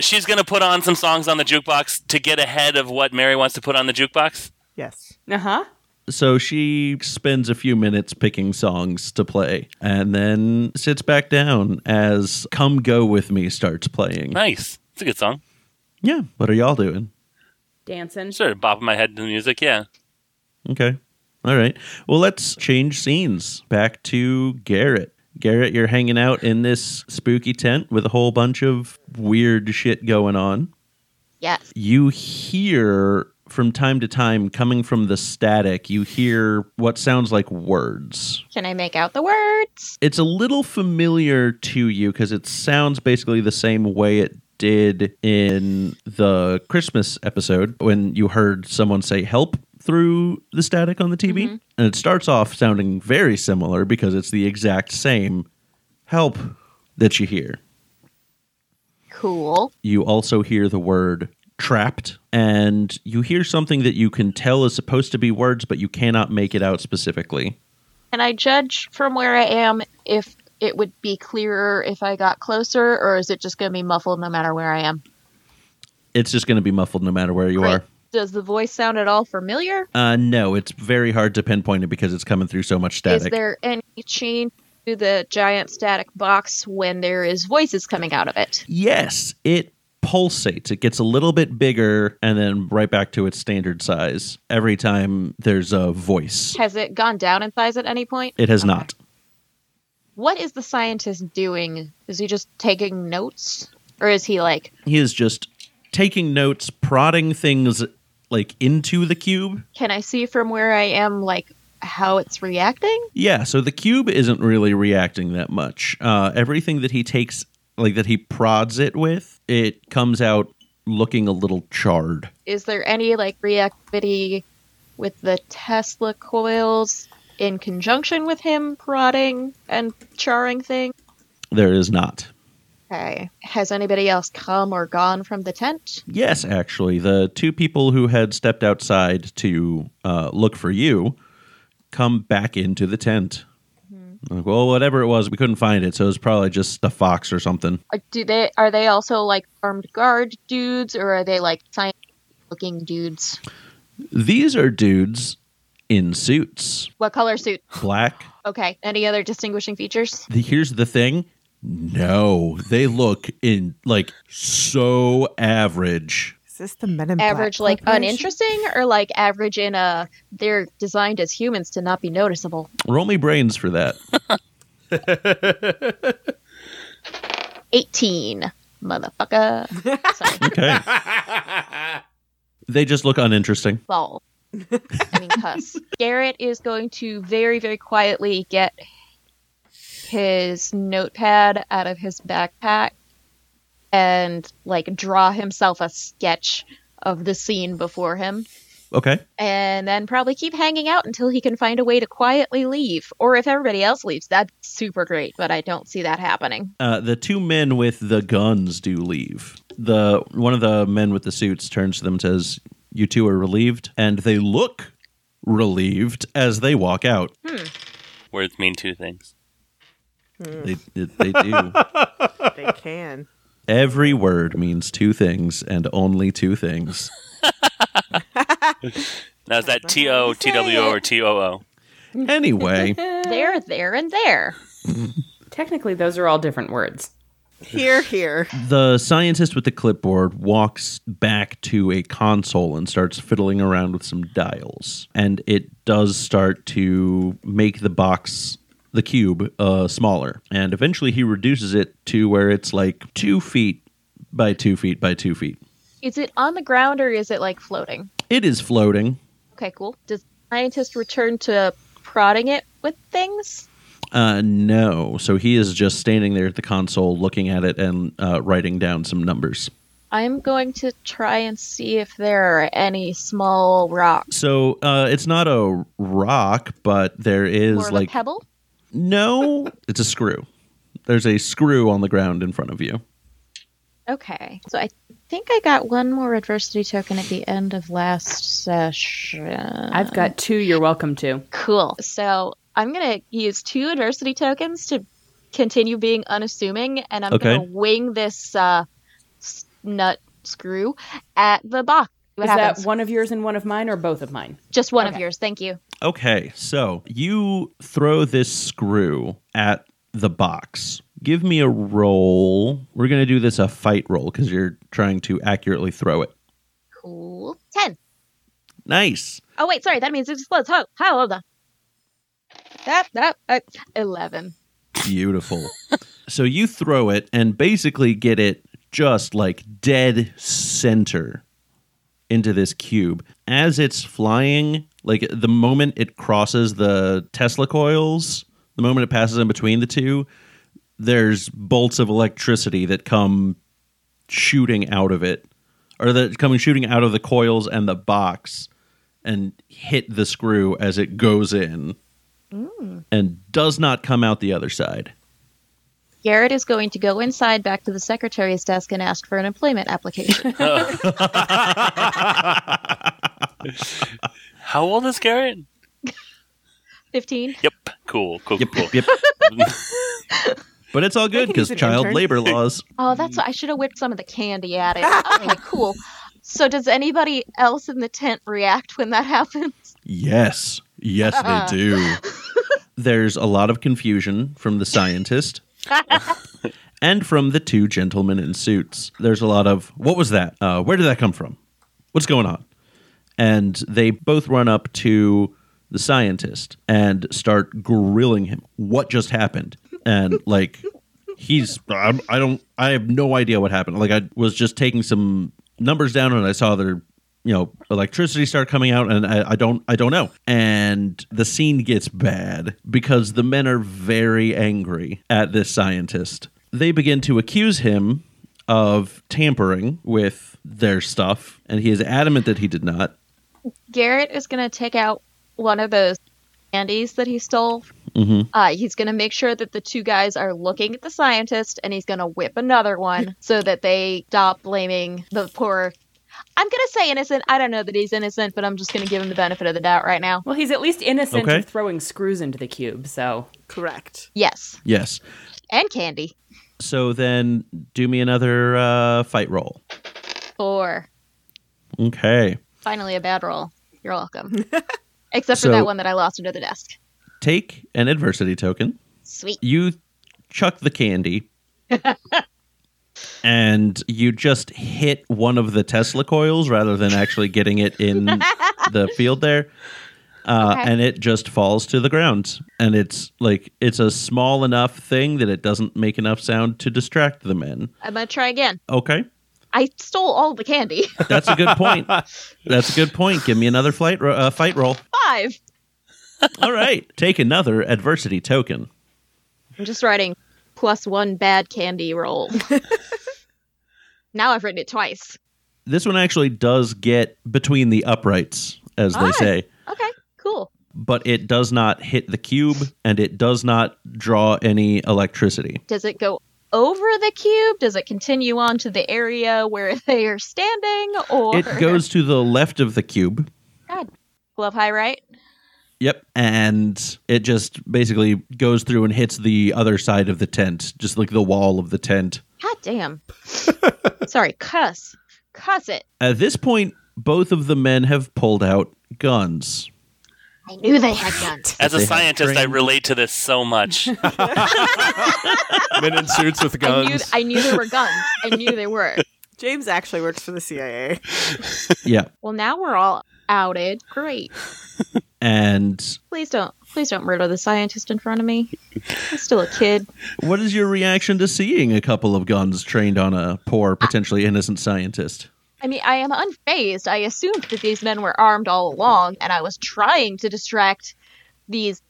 Speaker 5: She's gonna put on some songs on the jukebox to get ahead of what Mary wants to put on the jukebox.
Speaker 9: Yes.
Speaker 2: Uh huh.
Speaker 3: So she spends a few minutes picking songs to play and then sits back down as Come Go With Me starts playing.
Speaker 5: Nice. It's a good song.
Speaker 3: Yeah. What are y'all doing?
Speaker 2: Dancing.
Speaker 5: Sure, bopping my head to the music. Yeah.
Speaker 3: Okay. All right. Well, let's change scenes back to Garrett. Garrett, you're hanging out in this spooky tent with a whole bunch of weird shit going on.
Speaker 6: Yes.
Speaker 3: you hear from time to time coming from the static you hear what sounds like words
Speaker 6: Can I make out the words?
Speaker 3: it's a little familiar to you because it sounds basically the same way it did in the Christmas episode when you heard someone say help through the static on the TV.
Speaker 6: Mm-hmm.
Speaker 3: And it starts off sounding very similar because it's the exact same help that you hear.
Speaker 6: Cool.
Speaker 3: You also hear the word trapped, and you hear something that you can tell is supposed to be words, but you cannot make it out specifically.
Speaker 6: Can I judge from where I am if it would be clearer if I got closer, or is it just going to be muffled no matter where I am?
Speaker 3: It's just going to be muffled no matter where you
Speaker 6: Great.
Speaker 3: are.
Speaker 6: Does the voice sound at all familiar?
Speaker 3: Uh, no, it's very hard to pinpoint it because it's coming through so much static.
Speaker 6: Is there any change to the giant static box when there is voices coming out of it?
Speaker 3: yes, it pulsates. It gets a little bit bigger and then right back to its standard size every time there's a voice.
Speaker 6: Has it gone down in size at any point?
Speaker 3: It has not.
Speaker 6: What is the scientist doing? Is he just taking notes? Or is he like,
Speaker 3: He is just taking notes, prodding things like into the cube.
Speaker 6: can I see from where I am, like, how it's reacting?
Speaker 3: Yeah, so the cube isn't really reacting that much. Uh, everything that he takes, like that he prods it with, it comes out looking a little charred.
Speaker 6: Is there any, like, reactivity with the Tesla coils in conjunction with him prodding and charring things?
Speaker 3: There is not.
Speaker 6: Okay. Has anybody else come or gone from the tent?
Speaker 3: Yes, actually, the two people who had stepped outside to uh, look for you come back into the tent. Like, well, whatever it was, we couldn't find it, so it was probably just the fox or something.
Speaker 6: Or Uh, do they are they also like armed guard dudes or are they like science looking dudes?
Speaker 3: These are dudes in suits,
Speaker 6: What color suit?
Speaker 3: black.
Speaker 6: Okay. Any other distinguishing features?
Speaker 3: The- here's the thing. No, they look in like so average.
Speaker 9: Is this the men in Black
Speaker 6: Average, like
Speaker 9: Corporation?
Speaker 6: uninteresting, or like average in a they're designed as humans to not be noticeable.
Speaker 3: Roll me brains for that.
Speaker 6: 18, motherfucker.
Speaker 3: Okay. they just look uninteresting.
Speaker 6: Ball. I mean, cuss. Garrett is going to very, very quietly get his notepad out of his backpack and like draw himself a sketch of the scene before him.
Speaker 3: Okay.
Speaker 6: and then probably keep hanging out until he can find a way to quietly leave. Or if everybody else leaves, that's super great, but I don't see that happening.
Speaker 3: Uh, the two men with the guns do leave. The one of the men with the suits turns to them and says, "You two are relieved," and they look relieved as they walk out.
Speaker 5: Words mean two things.
Speaker 3: They they do.
Speaker 9: They can.
Speaker 3: Every word means two things and only two things.
Speaker 5: Now is that T O T W O or T O O?
Speaker 3: Anyway,
Speaker 6: There, there, and there.
Speaker 2: Technically, those are all different words.
Speaker 9: Here, here.
Speaker 3: the scientist with the clipboard walks back to a console and starts fiddling around with some dials, and it does start to make the box, the cube, uh, smaller. And eventually, he reduces it to where it's like two feet by two feet by two feet.
Speaker 6: Is it on the ground or is it like floating?
Speaker 3: It is floating.
Speaker 6: Okay, cool. Does the scientist return to prodding it with things?
Speaker 3: Uh, no, so he is just standing there at the console, looking at it and uh, writing down some numbers.
Speaker 6: I'm going to try and see if there are any small rocks
Speaker 3: So uh, it's not a rock, but there is
Speaker 6: or
Speaker 3: like
Speaker 6: a pebble.
Speaker 3: no, it's a screw. There's a screw on the ground in front of you.
Speaker 6: Okay. So I think I got one more adversity token at the end of last session.
Speaker 2: I've got two you're welcome to.
Speaker 6: Cool. So I'm gonna use two adversity tokens to continue being unassuming, and I'm
Speaker 3: Okay.
Speaker 6: gonna wing this uh, s- nut screw at the box. What
Speaker 2: Is
Speaker 6: happens?
Speaker 2: that one of yours and one of mine, or both of mine?
Speaker 6: Just one of yours. Thank you.
Speaker 3: Okay, so you throw this screw at the box. Give me a roll. We're gonna do this a fight roll because you're trying to accurately throw it.
Speaker 6: Cool. Ten.
Speaker 3: Nice.
Speaker 6: Oh wait, sorry. That means it explodes. How? How old? That that uh, eleven.
Speaker 3: Beautiful. so you throw it and basically get it just like dead center into this cube. As it's flying, like the moment it crosses the Tesla coils, the moment it passes in between the two, there's bolts of electricity that come shooting out of it, or that coming shooting out of the coils and the box, and hit the screw as it goes in, and does not come out the other side.
Speaker 6: Garrett is going to go inside back to the secretary's desk and ask for an employment application.
Speaker 5: How old is Garrett?
Speaker 6: 15.
Speaker 5: Yep. Cool. Cool. cool.
Speaker 3: Yep. but it's all good
Speaker 6: can use
Speaker 3: because
Speaker 6: an
Speaker 3: child
Speaker 6: intern.
Speaker 3: labor laws.
Speaker 6: Oh, that's what I should have whipped some of the candy at it. Okay, cool. So, does anybody else in the tent react when that happens?
Speaker 3: Yes. Yes, they do. There's a lot of confusion from the scientist and from the two gentlemen in suits. There's a lot of, what was that? Uh, where did that come from? What's going on? And they both run up to the scientist and start grilling him. What just happened? And like, he's, I'm, I don't, I have no idea what happened. Like, I was just taking some numbers down and I saw their you know electricity start coming out and I, I don't i don't know and the scene gets bad because the men are very angry at this scientist they begin to accuse him of tampering with their stuff and he is adamant that he did not
Speaker 6: Garrett is going to take out one of those candies that he stole.
Speaker 3: mm-hmm.
Speaker 6: Uh, he's going to make sure that the two guys are looking at the scientist and he's going to whip another one so that they stop blaming the poor. I'm going to say innocent. I don't know that he's innocent, but I'm just going to give him the benefit of the doubt right now.
Speaker 2: Well, he's at least innocent
Speaker 3: Okay.
Speaker 2: of throwing screws into the cube, so.
Speaker 9: Correct.
Speaker 6: Yes.
Speaker 3: yes
Speaker 6: And candy.
Speaker 3: so then do me another uh, fight roll
Speaker 6: Four.
Speaker 3: okay
Speaker 6: Finally, a bad roll. You're welcome. Except for
Speaker 3: So-
Speaker 6: that one that I lost under the desk.
Speaker 3: take an adversity token
Speaker 6: Sweet.
Speaker 3: you chuck the candy and you just hit one of the Tesla coils rather than actually getting it in the field there. Uh,
Speaker 6: Okay.
Speaker 3: And it just falls to the ground. And it's like, it's a small enough thing that it doesn't make enough sound to distract the men.
Speaker 6: I'm going to try again.
Speaker 3: Okay.
Speaker 6: I stole all the candy.
Speaker 3: That's a good point. That's a good point. Give me another flight ro- uh, fight roll.
Speaker 6: Five.
Speaker 3: All right. Take another adversity token.
Speaker 6: I'm just writing plus one bad candy roll. now I've written it twice.
Speaker 3: This one actually does get between the uprights, as they
Speaker 6: Ah.
Speaker 3: say.
Speaker 6: Okay, cool.
Speaker 3: but it does not hit the cube and it does not draw any electricity.
Speaker 6: Does it go over the cube? Does it continue on to the area where they are standing? Or
Speaker 3: It goes to the left of the cube.
Speaker 6: God, glove high right?
Speaker 3: Yep. And it just basically goes through and hits the other side of the tent, just like the wall of the tent.
Speaker 6: God damn. Sorry, cuss. Cuss it.
Speaker 3: At this point, both of the men have pulled out guns.
Speaker 6: I knew they had guns.
Speaker 5: As
Speaker 3: They
Speaker 5: a
Speaker 3: have
Speaker 5: scientist, I
Speaker 3: trained-
Speaker 5: relate to this so much.
Speaker 10: Men in suits with
Speaker 6: I knew,
Speaker 10: guns.
Speaker 6: I knew there were guns. I knew they were.
Speaker 9: James actually works for the CIA.
Speaker 3: yeah.
Speaker 6: Well, now we're all outed. Great.
Speaker 3: And
Speaker 6: Please don't. Please don't murder the scientist in front of me. I'm still a kid.
Speaker 3: what is your reaction to seeing a couple of guns trained on a poor, potentially innocent scientist?
Speaker 6: I mean, I am unfazed. I assumed that these men were armed all along, and I was trying to distract these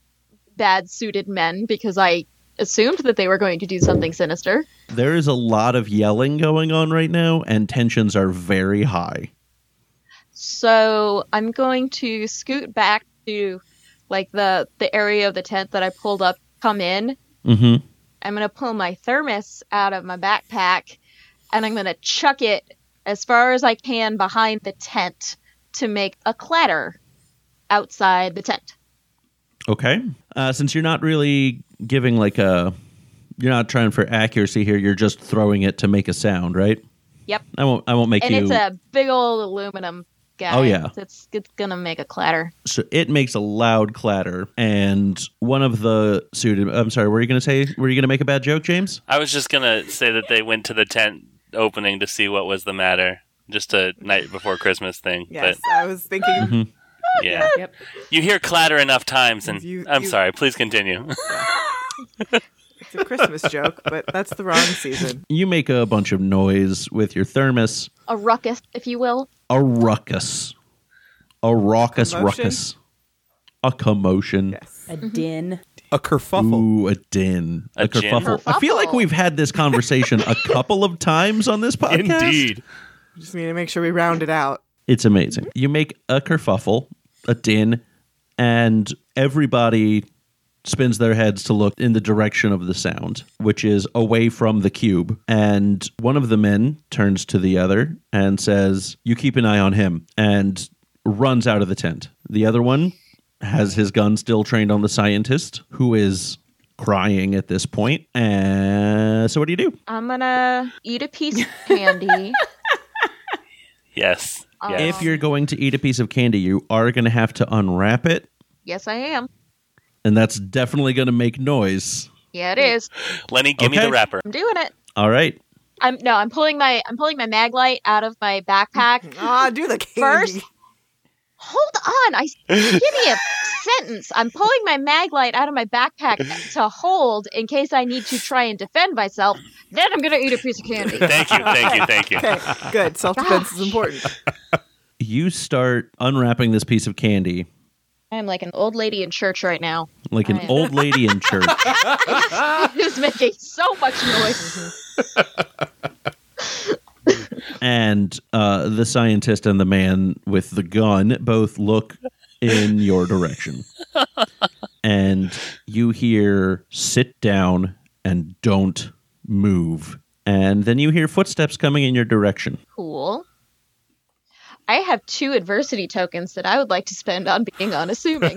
Speaker 6: bad suited men because I assumed that they were going to do something sinister.
Speaker 3: There is a lot of yelling going on right now, and tensions are very high.
Speaker 6: So I'm going to scoot back to like the the area of the tent that I pulled up, come in.
Speaker 3: Mm-hmm.
Speaker 6: I'm gonna pull my thermos out of my backpack and I'm gonna chuck it as far as I can behind the tent to make a clatter outside the tent.
Speaker 3: Okay. Uh, since you're not really giving like a, you're not trying for accuracy here. You're just throwing it to make a sound, right?
Speaker 6: Yep.
Speaker 3: I won't. I won't make
Speaker 6: and
Speaker 3: you.
Speaker 6: it's a big old aluminum guy.
Speaker 3: Oh, yeah.
Speaker 6: it's it's gonna make a clatter.
Speaker 3: so it makes a loud clatter, and one of the suited. I'm sorry. Were you going to say? Were you going to make a bad joke, James?
Speaker 5: I was just gonna say that they went to the tent opening to see what was the matter, just a night before Christmas thing.
Speaker 9: Yes, I was thinking.
Speaker 5: But yeah,
Speaker 2: Yep.
Speaker 5: you hear clatter enough times, and
Speaker 9: You-
Speaker 5: I'm
Speaker 9: you-
Speaker 5: sorry. Please continue.
Speaker 9: It's a Christmas joke, but that's the wrong season.
Speaker 3: You make a bunch of noise with your thermos.
Speaker 6: A ruckus, if you will.
Speaker 3: A ruckus. A raucous
Speaker 9: Commotion?
Speaker 3: ruckus. A commotion.
Speaker 9: Yes.
Speaker 2: A din.
Speaker 10: a kerfuffle.
Speaker 3: Ooh, a din. A,
Speaker 5: gin.
Speaker 3: kerfuffle. I feel like we've had this conversation a couple of times on this podcast.
Speaker 5: Indeed.
Speaker 9: Just need to make sure we round it out.
Speaker 3: It's amazing. You make a kerfuffle, a din, and everybody spins their heads to look in the direction of the sound, which is away from the cube. And one of the men turns to the other and says, You keep an eye on him, and runs out of the tent. The other one has his gun still trained on the scientist, who is crying at this point. And so, what do you do?
Speaker 6: I'm gonna eat a piece of candy.
Speaker 5: Yes.
Speaker 6: Um,
Speaker 5: yes.
Speaker 3: If you're going to eat a piece of candy, you are going to have to unwrap it,
Speaker 6: yes, I am.
Speaker 3: and that's definitely going to make noise.
Speaker 6: Yeah, it is.
Speaker 5: Lenny, give me
Speaker 3: Okay.
Speaker 5: the wrapper.
Speaker 6: I'm doing it.
Speaker 3: All right.
Speaker 6: I'm no, I'm pulling my I'm pulling my mag light out of my backpack.
Speaker 9: Ah, do the candy.
Speaker 6: First- Hold on, I give me a sentence. I'm pulling my mag light out of my backpack to hold in case I need to try and defend myself. Then I'm gonna eat a piece of candy.
Speaker 5: Thank you, thank you, thank you.
Speaker 9: Okay, good. Self defense is important.
Speaker 3: You start unwrapping this piece of candy
Speaker 6: I'm like an old lady in church right now.
Speaker 3: like an
Speaker 6: Right.
Speaker 3: old lady in church.
Speaker 6: Who's making so much noise?
Speaker 3: and uh, the scientist and the man with the gun both look in your direction. and you hear sit down and don't move. And then you hear footsteps coming in your direction.
Speaker 6: Cool. I have two adversity tokens that I would like to spend on being unassuming.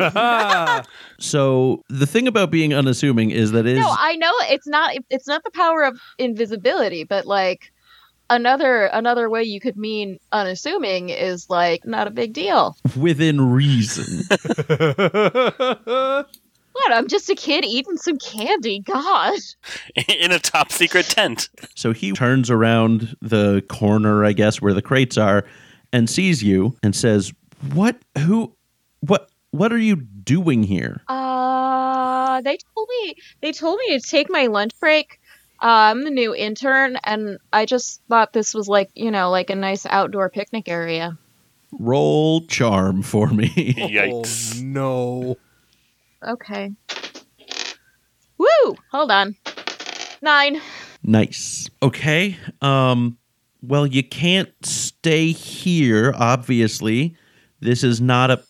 Speaker 3: So the thing about being unassuming is that it is
Speaker 6: No, I know it's not it's not the power of invisibility, but like another another way you could mean unassuming is like not a big deal.
Speaker 3: within reason.
Speaker 6: What? I'm just a kid eating some candy. God.
Speaker 5: In a top secret tent.
Speaker 3: So he turns around the corner, I guess, where the crates are, and sees you and says, "What? Who? What? What are you doing here?"
Speaker 6: Uh they told me they told me to take my lunch break. Uh, I'm the new intern and I just thought this was like, you know, like a nice outdoor picnic area.
Speaker 3: Roll charm for me.
Speaker 5: Yikes.
Speaker 10: Oh, no.
Speaker 6: Okay. Woo! Hold on. 9.
Speaker 3: nice. Okay. Um. Well, you can't stay here. Obviously, this is not a.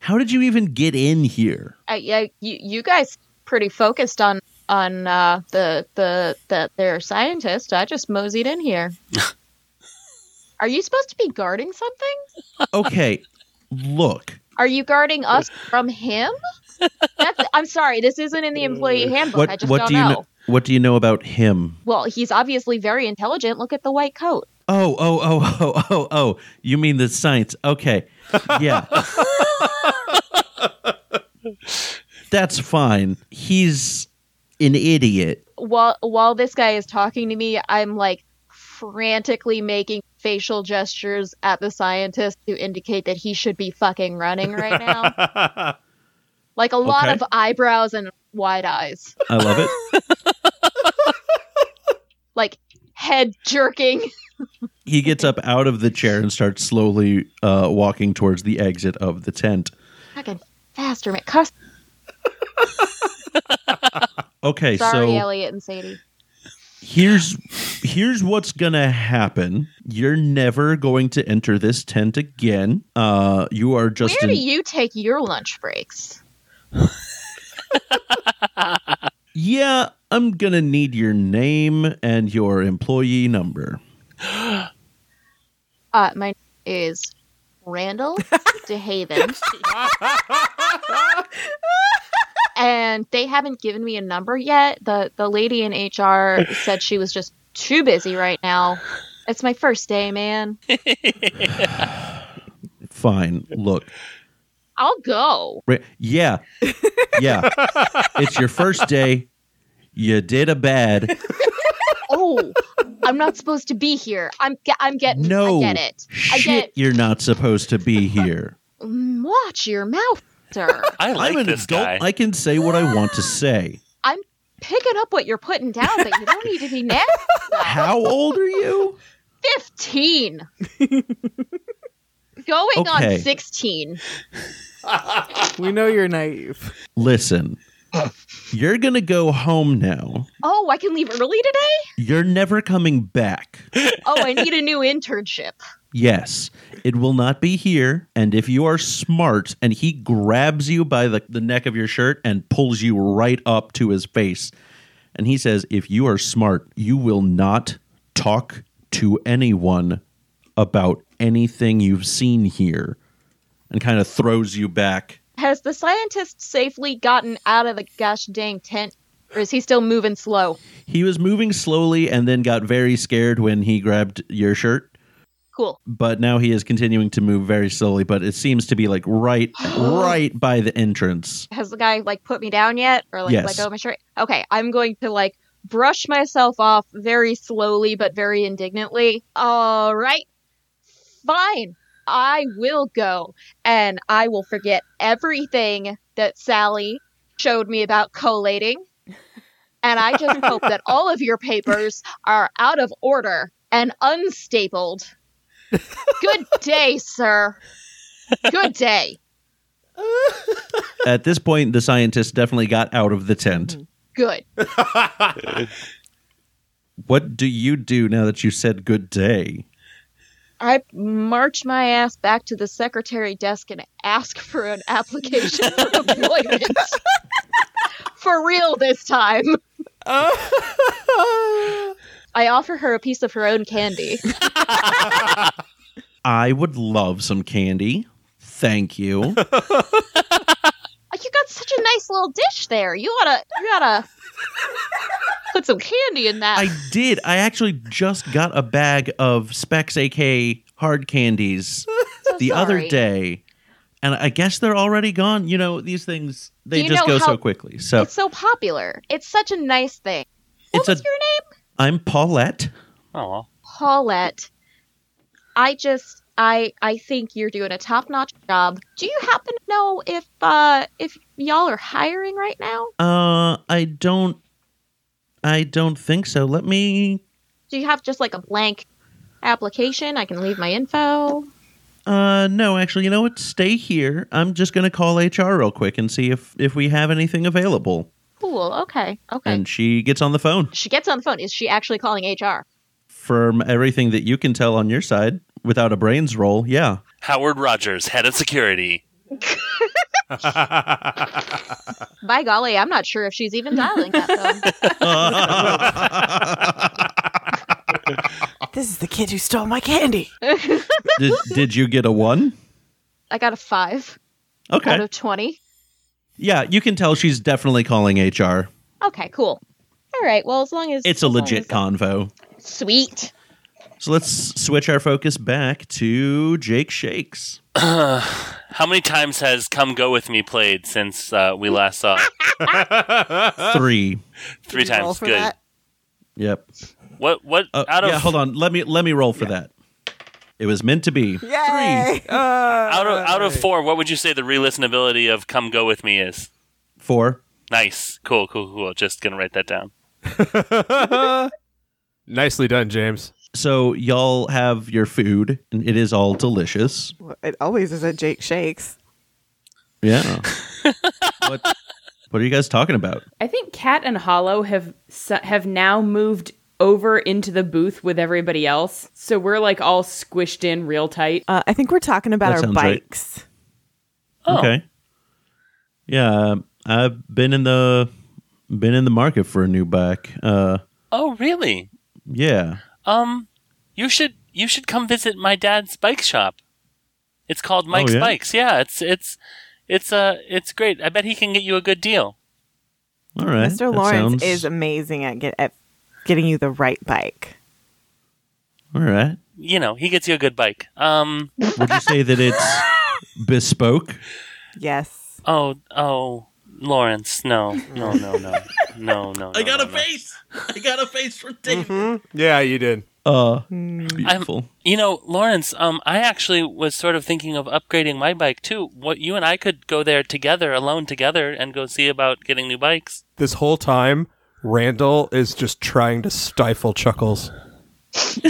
Speaker 3: How did you even get in here?
Speaker 6: I, I, you, you guys pretty focused on on uh, the the the their scientist. I just moseyed in here. Are you supposed to be guarding something?
Speaker 3: Okay. Look.
Speaker 6: Are you guarding us from him? That's, I'm sorry, this isn't in the employee handbook. I
Speaker 3: Uh, What?
Speaker 6: just
Speaker 3: What
Speaker 6: don't
Speaker 3: do you
Speaker 6: know.
Speaker 3: know? What do you know about him?
Speaker 6: Well, he's obviously very intelligent. Look at the white coat.
Speaker 3: Oh, oh, oh, oh, oh, oh. You mean the science. Okay. Yeah. That's fine. He's an idiot.
Speaker 6: While while this guy is talking to me, I'm like frantically making facial gestures at the scientist to indicate that he should be fucking running right now. Like a lot
Speaker 3: Okay.
Speaker 6: of eyebrows and wide eyes.
Speaker 3: I love it.
Speaker 6: Like head jerking.
Speaker 3: He gets up out of the chair and starts slowly uh, walking towards the exit of the tent.
Speaker 6: Fucking faster, man. Cuss.
Speaker 3: Okay,
Speaker 6: Sorry,
Speaker 3: so
Speaker 6: Elliot and Sadie.
Speaker 3: here's here's what's gonna happen. You're never going to enter this tent again. Uh, you are just
Speaker 6: Where
Speaker 3: an-
Speaker 6: do you take your lunch breaks?
Speaker 3: yeah. I'm gonna need your name and your employee number.
Speaker 6: Uh, mine is Randall DeHaven. and they haven't given me a number yet. The the lady in HR said she was just too busy right now. It's my first day, man.
Speaker 3: Fine. Look.
Speaker 6: I'll go.
Speaker 3: Ra- Yeah. Yeah. it's your first day. You did a bad.
Speaker 6: Oh, I'm not supposed to be here. I'm ge- I'm getting
Speaker 3: No.
Speaker 6: I get it. I
Speaker 3: Shit,
Speaker 6: get
Speaker 3: you're not supposed to be here.
Speaker 6: Mm, watch your mouth, sir.
Speaker 5: I like
Speaker 3: I'm an
Speaker 5: this
Speaker 3: adult.
Speaker 5: guy.
Speaker 3: I can say what I want to say.
Speaker 6: I'm picking up what you're putting down, but you don't need to be nasty.
Speaker 3: How old are you?
Speaker 6: 15. Going on
Speaker 3: Okay.
Speaker 6: 16.
Speaker 9: We know you're naive.
Speaker 3: Listen. You're going to go home now.
Speaker 6: Oh, I can leave early today?
Speaker 3: You're never coming back.
Speaker 6: Oh, I need a new internship.
Speaker 3: Yes, it will not be here. And if you are smart, and he grabs you by the, the neck of your shirt and pulls you right up to his face, and he says, If you are smart, you will not talk to anyone about anything you've seen here, and kind of throws you back.
Speaker 6: Has the scientist safely gotten out of the gosh dang tent? Or is he still moving slow?
Speaker 3: He was moving slowly and then got very scared when he grabbed your shirt.
Speaker 6: Cool.
Speaker 3: but now he is continuing to move very slowly but it seems to be like right right by the entrance
Speaker 6: Has the guy like put me down yet? Or like
Speaker 3: Yes.
Speaker 6: let go of my shirt? Okay, I'm going to like brush myself off very slowly but very indignantly. All right. Fine. I will go and I will forget everything that Sally showed me about collating. And I just hope that all of your papers are out of order and unstapled. Good day, sir. Good day.
Speaker 3: at this point the scientist definitely got out of the
Speaker 6: Mm-hmm.
Speaker 3: tent
Speaker 6: Good.
Speaker 3: what do you do now that you said good day
Speaker 6: I march my ass back to the secretary desk and ask for an application for employment. for real this time. I offer her a piece of her own candy.
Speaker 3: i would love some candy thank you
Speaker 6: Like, You got such a nice little dish there. You oughta you gotta put some candy in that.
Speaker 3: i did i actually just got a bag of specs ak hard candies the other
Speaker 6: sorry.
Speaker 3: day and i guess they're already gone you know these things they
Speaker 6: you
Speaker 3: just
Speaker 6: know
Speaker 3: go
Speaker 6: how-
Speaker 3: so quickly so
Speaker 6: It's so popular. It's such a nice thing. What
Speaker 3: It's
Speaker 6: was
Speaker 3: a-
Speaker 6: your name?
Speaker 3: i'm paulette
Speaker 5: Oh,
Speaker 6: Paulette, I just I I think you're doing a top notch job. Do you happen to know if uh if y'all are hiring right now?
Speaker 3: Uh, I don't. I don't think so. Let me.
Speaker 6: Do you have just like a blank application? I can leave my info.
Speaker 3: Uh, no, actually, you know what? Stay here. I'm just gonna call HR real quick and see if if we have anything available.
Speaker 6: Cool. Okay. Okay.
Speaker 3: And she gets on the phone.
Speaker 6: she gets on the phone. Is she actually calling HR?
Speaker 3: From everything that you can tell on your side, without a brains roll, yeah.
Speaker 5: Howard Rogers, head of security.
Speaker 6: By golly, I'm not sure if she's even dialing that phone.
Speaker 9: This is the kid who stole my candy.
Speaker 3: did, did you get a one?
Speaker 6: I got a five out
Speaker 3: Okay.
Speaker 6: of twenty.
Speaker 3: Yeah, you can tell she's definitely calling HR.
Speaker 6: Okay. Cool. All right. Well, as long as
Speaker 3: It's a
Speaker 6: as long
Speaker 3: legit
Speaker 6: as-
Speaker 3: convo.
Speaker 6: Sweet.
Speaker 3: So let's switch our focus back to Jake Shakes.
Speaker 5: How many times has Come Go With Me played since uh, we last saw it?
Speaker 3: Three.
Speaker 5: Three
Speaker 9: Did you roll
Speaker 5: times.
Speaker 9: for
Speaker 5: Good.
Speaker 9: that?
Speaker 3: Yep.
Speaker 5: What? What?
Speaker 3: Uh,
Speaker 5: out of
Speaker 3: yeah, hold on. Let me let me roll for that. It was meant to be.
Speaker 9: Yay! Oh,
Speaker 5: out of out of four, what would you say the re-listenability of "Come Go With Me" is?
Speaker 3: Four.
Speaker 5: Nice, cool, cool, cool. Just gonna write that down.
Speaker 10: Oh, Nicely done, James.
Speaker 3: So y'all have your food, and it is all delicious.
Speaker 9: It always is at Jake Shakes.
Speaker 3: Yeah. what What are you guys talking about?
Speaker 2: I think Cat and Hollow have s- have now moved over into the booth with everybody else, so we're like all squished in real tight.
Speaker 9: Uh, I think we're talking about
Speaker 3: That
Speaker 9: our
Speaker 3: sounds right.
Speaker 9: bikes.
Speaker 5: Oh.
Speaker 3: Okay. Yeah, I've been in the been in the market for a new bike. Uh,
Speaker 5: Oh, really?
Speaker 3: yeah.
Speaker 5: Um, you should you should come visit my dad's bike shop. It's called Mike's
Speaker 3: yeah?
Speaker 5: Bikes. Yeah, it's it's it's uh it's great. I bet he can get you a good deal.
Speaker 3: All right.
Speaker 9: Mr.
Speaker 3: that
Speaker 9: Lawrence
Speaker 3: sounds-
Speaker 9: is amazing at get at getting you the right bike.
Speaker 3: all right.
Speaker 5: You know, he gets you a good bike. Um,
Speaker 3: Would you say that it's bespoke?
Speaker 9: Yes.
Speaker 5: oh, oh, Lawrence, no, no, no, no, no, no. no, no, no.
Speaker 3: face. I got a face for David.
Speaker 10: Yeah, you did.
Speaker 3: Uh, beautiful.
Speaker 5: You know, Lawrence, um, I actually was sort of thinking of upgrading my bike too. What you and I could go there together, alone together, and go see about getting new bikes.
Speaker 10: This whole time, Randall is just trying to stifle chuckles.
Speaker 5: Is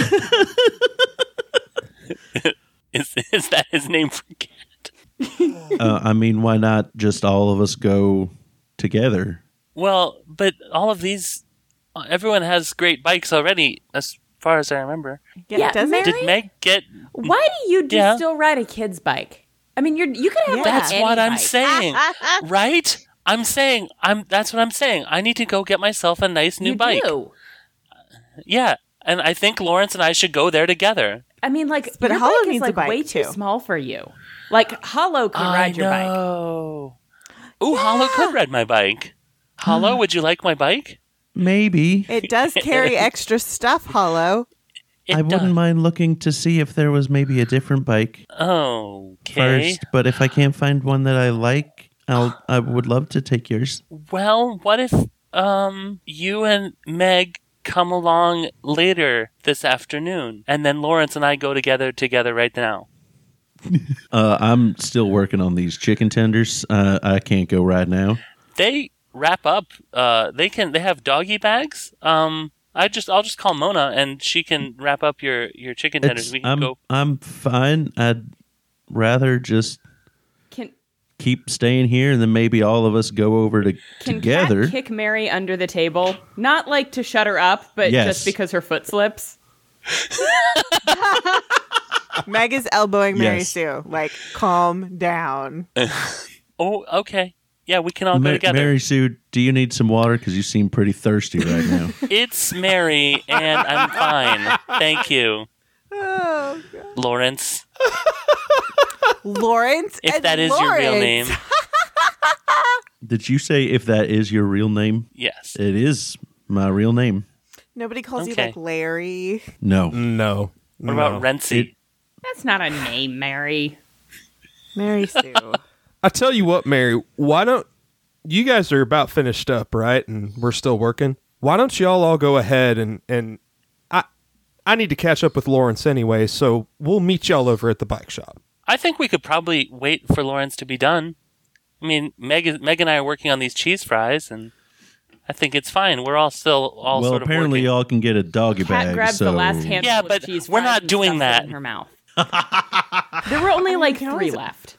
Speaker 5: is that his name for cat?
Speaker 3: uh, I mean, why not just all of us go together.
Speaker 5: Well, but all of these, everyone has great bikes already, as far as I remember.
Speaker 2: Yeah, Yeah, doesn't Mary?
Speaker 5: did Meg get?
Speaker 2: Why do you do
Speaker 5: Yeah.
Speaker 2: still ride a kid's bike? I mean, you're you could have. like,
Speaker 5: That's
Speaker 2: any
Speaker 5: what I'm
Speaker 2: bike.
Speaker 5: saying, right? I'm saying I'm. That's what I'm saying. I need to go get myself a nice new
Speaker 2: You
Speaker 5: bike.
Speaker 2: do.
Speaker 5: Yeah, and I think Lawrence and I should go there together.
Speaker 2: I mean, like,
Speaker 9: But
Speaker 2: your
Speaker 9: Hollow
Speaker 2: bike
Speaker 9: needs
Speaker 2: is
Speaker 9: a
Speaker 2: like
Speaker 9: bike,
Speaker 2: way too
Speaker 9: too.
Speaker 2: small for you. Like Hollow can
Speaker 5: I
Speaker 2: ride your bike.
Speaker 5: know. Ooh, Hollow could ride my bike. Hollow, would you like my bike?
Speaker 3: Maybe.
Speaker 9: It does carry extra stuff, Hollow.
Speaker 3: I wouldn't mind looking to see if there was maybe a different bike
Speaker 5: Okay.
Speaker 3: first, but if I can't find one that I like, I'll I would love to take yours.
Speaker 5: Well, what if um you and Meg come along later this afternoon, and then Lawrence and I go together together right now?
Speaker 3: Uh, I'm still working on these chicken tenders. Uh, I can't go right now.
Speaker 5: They wrap up. Uh, they can. They have doggy bags. Um, I just I'll just call Mona, and she can wrap up your your chicken tenders.
Speaker 3: It's- um,
Speaker 5: we can
Speaker 3: I'm
Speaker 5: go.
Speaker 3: I'm fine. I'd rather just
Speaker 2: Can
Speaker 3: keep staying here, and then maybe all of us go over to
Speaker 2: can Kat
Speaker 3: together.
Speaker 2: kick Mary under the table? Not like to shut her up, but
Speaker 3: Yes.
Speaker 2: just because her foot slips.
Speaker 9: Meg is elbowing Mary
Speaker 3: Yes.
Speaker 9: Sue. Like, calm down.
Speaker 5: Oh, okay. Yeah, we can all go
Speaker 3: Ma-
Speaker 5: together.
Speaker 3: Mary Sue, do you need some water? Because you seem pretty thirsty right now.
Speaker 5: It's Mary, and I'm fine. Thank you,
Speaker 9: Oh,
Speaker 5: Lawrence.
Speaker 9: Lawrence.
Speaker 5: If
Speaker 9: and
Speaker 5: that is your real
Speaker 9: Lawrence.
Speaker 5: name,
Speaker 3: Did you say if that is your real name?
Speaker 5: yes.
Speaker 3: It is my real name.
Speaker 9: Nobody calls you
Speaker 5: Okay.
Speaker 9: like Larry.
Speaker 3: No.
Speaker 5: Mm,
Speaker 10: No.
Speaker 5: What about Rency?
Speaker 3: It-
Speaker 2: That's not a name, Mary.
Speaker 9: Mary Sue.
Speaker 10: I tell you what, Mary, why don't you guys are about finished up, right? And we're still working. Why don't y'all all go ahead and and I I need to catch up with Lawrence anyway, so we'll meet y'all over at the bike shop.
Speaker 5: I think we could probably wait for Lawrence to be done. I mean, Meg, is- Meg and I are working on these cheese fries, and I think it's fine. We're all still all
Speaker 3: well,
Speaker 5: sort of
Speaker 3: apparently
Speaker 5: working.
Speaker 3: y'all can get a doggy
Speaker 2: Kat
Speaker 3: bag.
Speaker 2: grabs the
Speaker 3: so-
Speaker 2: last handful
Speaker 5: Yeah,
Speaker 2: of
Speaker 5: but
Speaker 2: cheese
Speaker 5: we're
Speaker 2: fries
Speaker 5: not
Speaker 2: and
Speaker 5: doing
Speaker 2: stuffs it
Speaker 5: that.
Speaker 2: in her mouth. there were
Speaker 9: Oh,
Speaker 2: only like three
Speaker 9: always-
Speaker 2: left.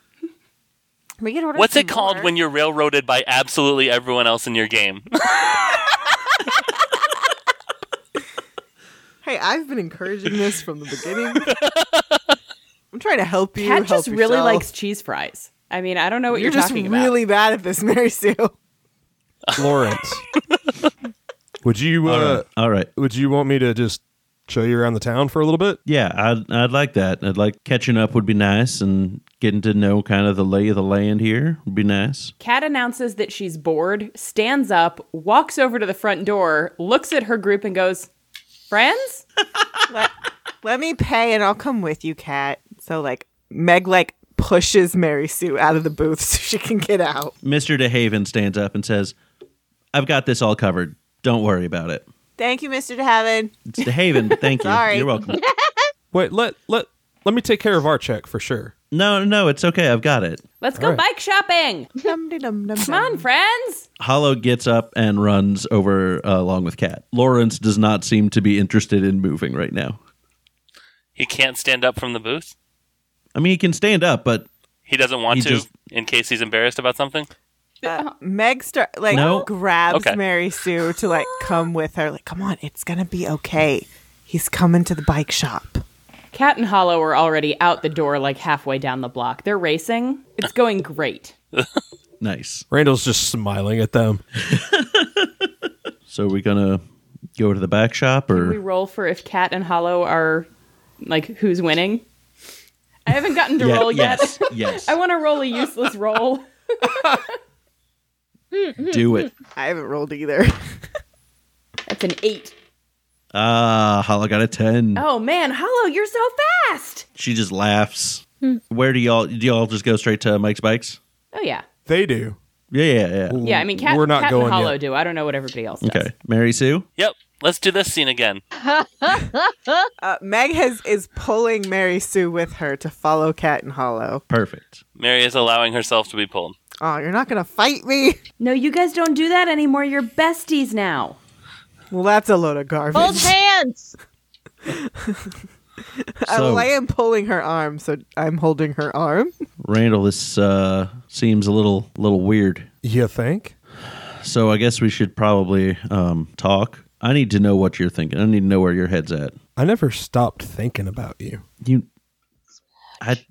Speaker 9: We can order
Speaker 5: What's
Speaker 9: some
Speaker 5: it called
Speaker 9: more.
Speaker 5: when you're railroaded by absolutely everyone else in your game?
Speaker 9: Hey, I've been encouraging this from the beginning. I'm trying to help you.
Speaker 2: Kat just
Speaker 9: help
Speaker 2: really
Speaker 9: yourself.
Speaker 2: likes cheese fries. I mean, I don't know what
Speaker 9: You're
Speaker 2: you're,
Speaker 9: just
Speaker 2: talking
Speaker 9: really bad at this, Mary Sue.
Speaker 10: Lawrence. would you
Speaker 3: All
Speaker 10: uh,
Speaker 3: right. All right.
Speaker 10: would you want me to just show you around the town for a little bit?
Speaker 3: Yeah, I'd, I'd like that. I'd like catching up would be nice, and getting to know kind of the lay of the land here would be nice.
Speaker 2: Kat announces that she's bored, stands up, walks over to the front door, looks at her group, and goes, Friends?
Speaker 9: Let me pay and I'll come with you, Kat. So like Meg like pushes Mary Sue out of the booth so she can get out.
Speaker 3: Mr. DeHaven stands up and says, I've got this all covered. Don't worry about it.
Speaker 9: Thank you, Mr. DeHaven.
Speaker 3: It's DeHaven. Thank you.
Speaker 9: Sorry.
Speaker 3: You're welcome.
Speaker 10: Wait, let let let me take care of our check for sure.
Speaker 3: No, no, it's okay. I've got it.
Speaker 2: Let's go
Speaker 10: right.
Speaker 2: bike shopping.
Speaker 9: Come
Speaker 2: Come on, friends.
Speaker 3: Hollow gets up and runs over uh, along with Cat. Lawrence does not seem to be interested in moving right now.
Speaker 5: he can't stand up from the booth.
Speaker 3: I mean, he can stand up, but
Speaker 5: He doesn't want
Speaker 3: He
Speaker 5: to,
Speaker 3: just-
Speaker 5: in case he's embarrassed about something.
Speaker 9: Uh, Meg start like
Speaker 3: No.
Speaker 9: grabs
Speaker 5: Okay.
Speaker 9: Mary Sue to like come with her. Like, come on, it's gonna be okay. He's coming to the bike shop.
Speaker 2: Kat and Hollow are already out the door, like halfway down the block. They're racing. It's going great.
Speaker 3: nice.
Speaker 10: Randall's just smiling at them.
Speaker 3: So we're gonna go to the back shop,
Speaker 2: We
Speaker 3: or
Speaker 2: roll for if Kat and Hollow are like who's winning. I haven't gotten to
Speaker 3: Yeah,
Speaker 2: roll yet.
Speaker 3: yes, yes,
Speaker 2: I want to roll a useless roll.
Speaker 3: do it.
Speaker 9: I haven't rolled either.
Speaker 2: That's an eight.
Speaker 3: Ah, Hollow got a ten.
Speaker 2: Oh man, Hollow, you're so fast.
Speaker 3: She just laughs. Where do y'all do y'all just go straight to Mike's bikes?
Speaker 2: Oh yeah,
Speaker 10: They do.
Speaker 3: Yeah, yeah, yeah.
Speaker 2: yeah. I mean, Kat,
Speaker 10: We're not
Speaker 2: Kat
Speaker 10: going
Speaker 2: and Hollow
Speaker 10: yet.
Speaker 2: do. I don't know what everybody else does.
Speaker 3: Okay, Mary Sue.
Speaker 5: Yep. Let's do this scene again.
Speaker 9: Uh, Meg has is pulling Mary Sue with her to follow Cat and Hollow.
Speaker 3: Perfect.
Speaker 5: Mary is allowing herself to be pulled.
Speaker 9: Oh, you're not gonna fight me?
Speaker 2: No, you guys don't do that anymore. You're besties now.
Speaker 9: Well, that's a load of garbage.
Speaker 6: Hold hands.
Speaker 9: Uh,
Speaker 3: So
Speaker 9: well, I am pulling her arm, so I'm holding her arm.
Speaker 3: Randall, this uh, seems a little little weird.
Speaker 10: You think?
Speaker 3: so I guess we should probably um, talk. I need to know what you're thinking. I need to know where your head's at.
Speaker 10: I never stopped thinking about you.
Speaker 3: You, I,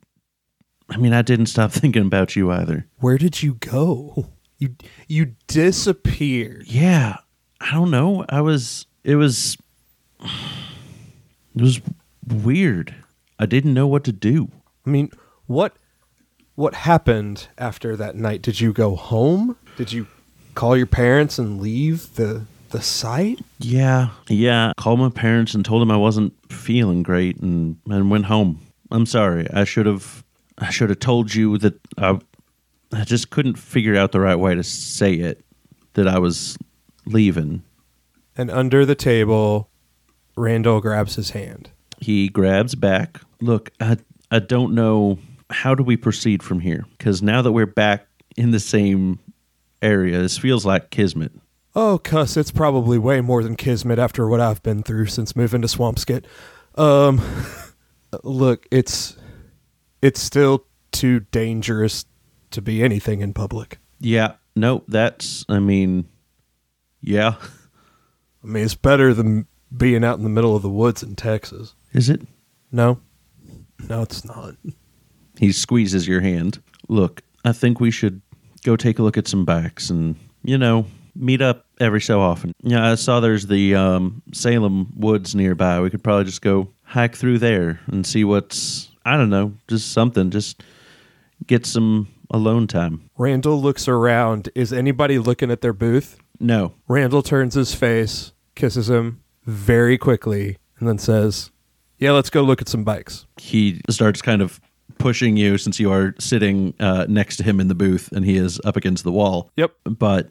Speaker 3: I mean, I didn't stop thinking about you either.
Speaker 10: Where did you go? You you disappeared.
Speaker 3: Yeah, I don't know. I was. It was. It was weird. I didn't know what to do.
Speaker 10: I mean, what what happened after that night? Did you go home? Did you call your parents and leave the the site?
Speaker 3: Yeah, yeah. Called my parents and told them I wasn't feeling great, and and went home. I'm sorry. I should have. I should have told you that I. I just couldn't figure out the right way to say it. That I was leaving.
Speaker 10: And under the table, Randall grabs his hand.
Speaker 3: He grabs back. Look, I I don't know how do we proceed from here? Because now that we're back in the same area, this feels like kismet.
Speaker 10: Oh, cuss, it's probably way more than kismet after what I've been through since moving to Swampskit. Um look, it's it's still too dangerous to be anything in public.
Speaker 3: Yeah, no, that's I mean yeah.
Speaker 10: I mean, it's better than being out in the middle of the woods in Texas.
Speaker 3: Is it?
Speaker 10: No. No, it's not.
Speaker 3: He squeezes your hand. Look, I think we should go take a look at some bikes and, you know, meet up every so often. Yeah, I saw there's the um, Salem woods nearby. We could probably just go hike through there and see what's, I don't know, just something. Just get some alone time.
Speaker 10: Randall looks around. Is anybody looking at their booth?
Speaker 3: No.
Speaker 10: Randall turns his face, kisses him very quickly, and then says, Yeah, let's go look at some bikes.
Speaker 3: He starts kind of pushing you since you are sitting uh, next to him in the booth and he is up against the wall.
Speaker 10: Yep.
Speaker 3: But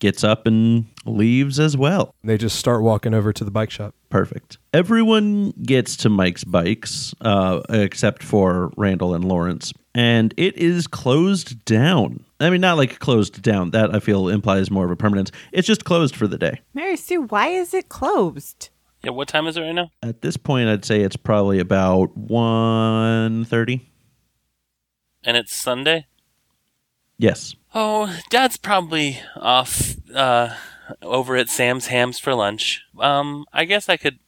Speaker 3: gets up and leaves as well.
Speaker 10: They just start walking over to the bike shop.
Speaker 3: Perfect. Everyone gets to Mike's bikes uh, except for Randall and Lawrence. And it is closed down. I mean, not like closed down. That I feel implies more of a permanence. It's just closed for the day.
Speaker 9: Mary Sue, why is it closed?
Speaker 5: Yeah, what time is it right now?
Speaker 3: At this point, I'd say it's probably about 1.30.
Speaker 5: And it's Sunday?
Speaker 3: Yes.
Speaker 5: Oh, Dad's probably off uh, over at Sam's Hams for lunch. Um, I guess I could,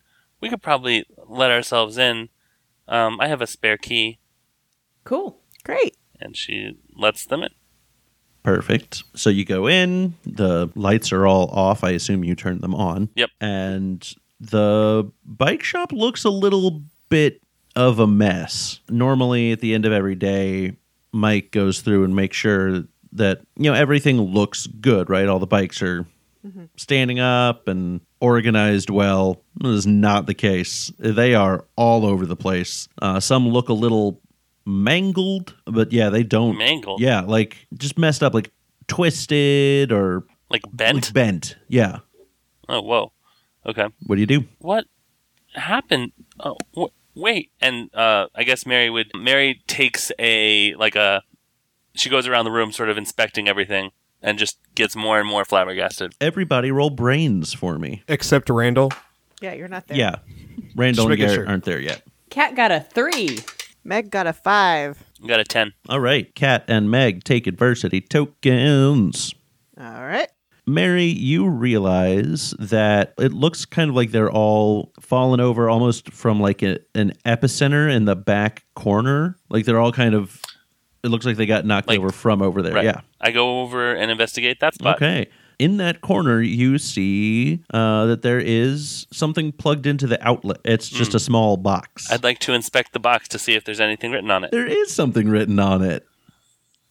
Speaker 5: we could probably let ourselves in. Um, I have a spare key.
Speaker 2: Cool.
Speaker 9: Great.
Speaker 5: And she lets them in.
Speaker 3: Perfect. So you go in, the lights are all off. I assume you turned them on.
Speaker 5: Yep.
Speaker 3: And the bike shop looks a little bit of a mess. Normally, at the end of every day, Mike goes through and makes sure that you know everything looks good, right? All the bikes are mm-hmm. standing up and organized well. That is not the case. They are all over the place. Uh, some look a little mangled, but yeah, they don't
Speaker 5: mangled.
Speaker 3: Yeah, like just messed up, like twisted or
Speaker 5: like bent,
Speaker 3: like bent. Yeah.
Speaker 5: Oh whoa. Okay.
Speaker 3: What do you do?
Speaker 5: What happened? Oh, wh- wait. And uh, I guess Mary would. Mary takes a like a. She goes around the room, sort of inspecting everything, and just gets more and more flabbergasted.
Speaker 3: Everybody, roll brains for me.
Speaker 10: Except Randall.
Speaker 9: Yeah, you're not there.
Speaker 3: Yeah, Randall and Garrett sure. aren't there yet.
Speaker 2: Cat got a three.
Speaker 9: Meg got a five.
Speaker 5: Got a ten.
Speaker 3: All right, Cat and Meg take adversity tokens.
Speaker 9: All right.
Speaker 3: Mary, you realize that it looks kind of like they're all fallen over almost from like a, an epicenter in the back corner. Like they're all kind of, it looks like they got knocked like, over from over there. Right. Yeah.
Speaker 5: I go over and investigate that spot.
Speaker 3: Okay. In that corner, you see uh, that there is something plugged into the outlet. It's just mm. a small box.
Speaker 5: I'd like to inspect the box to see if there's anything written on it.
Speaker 3: There is something written on it.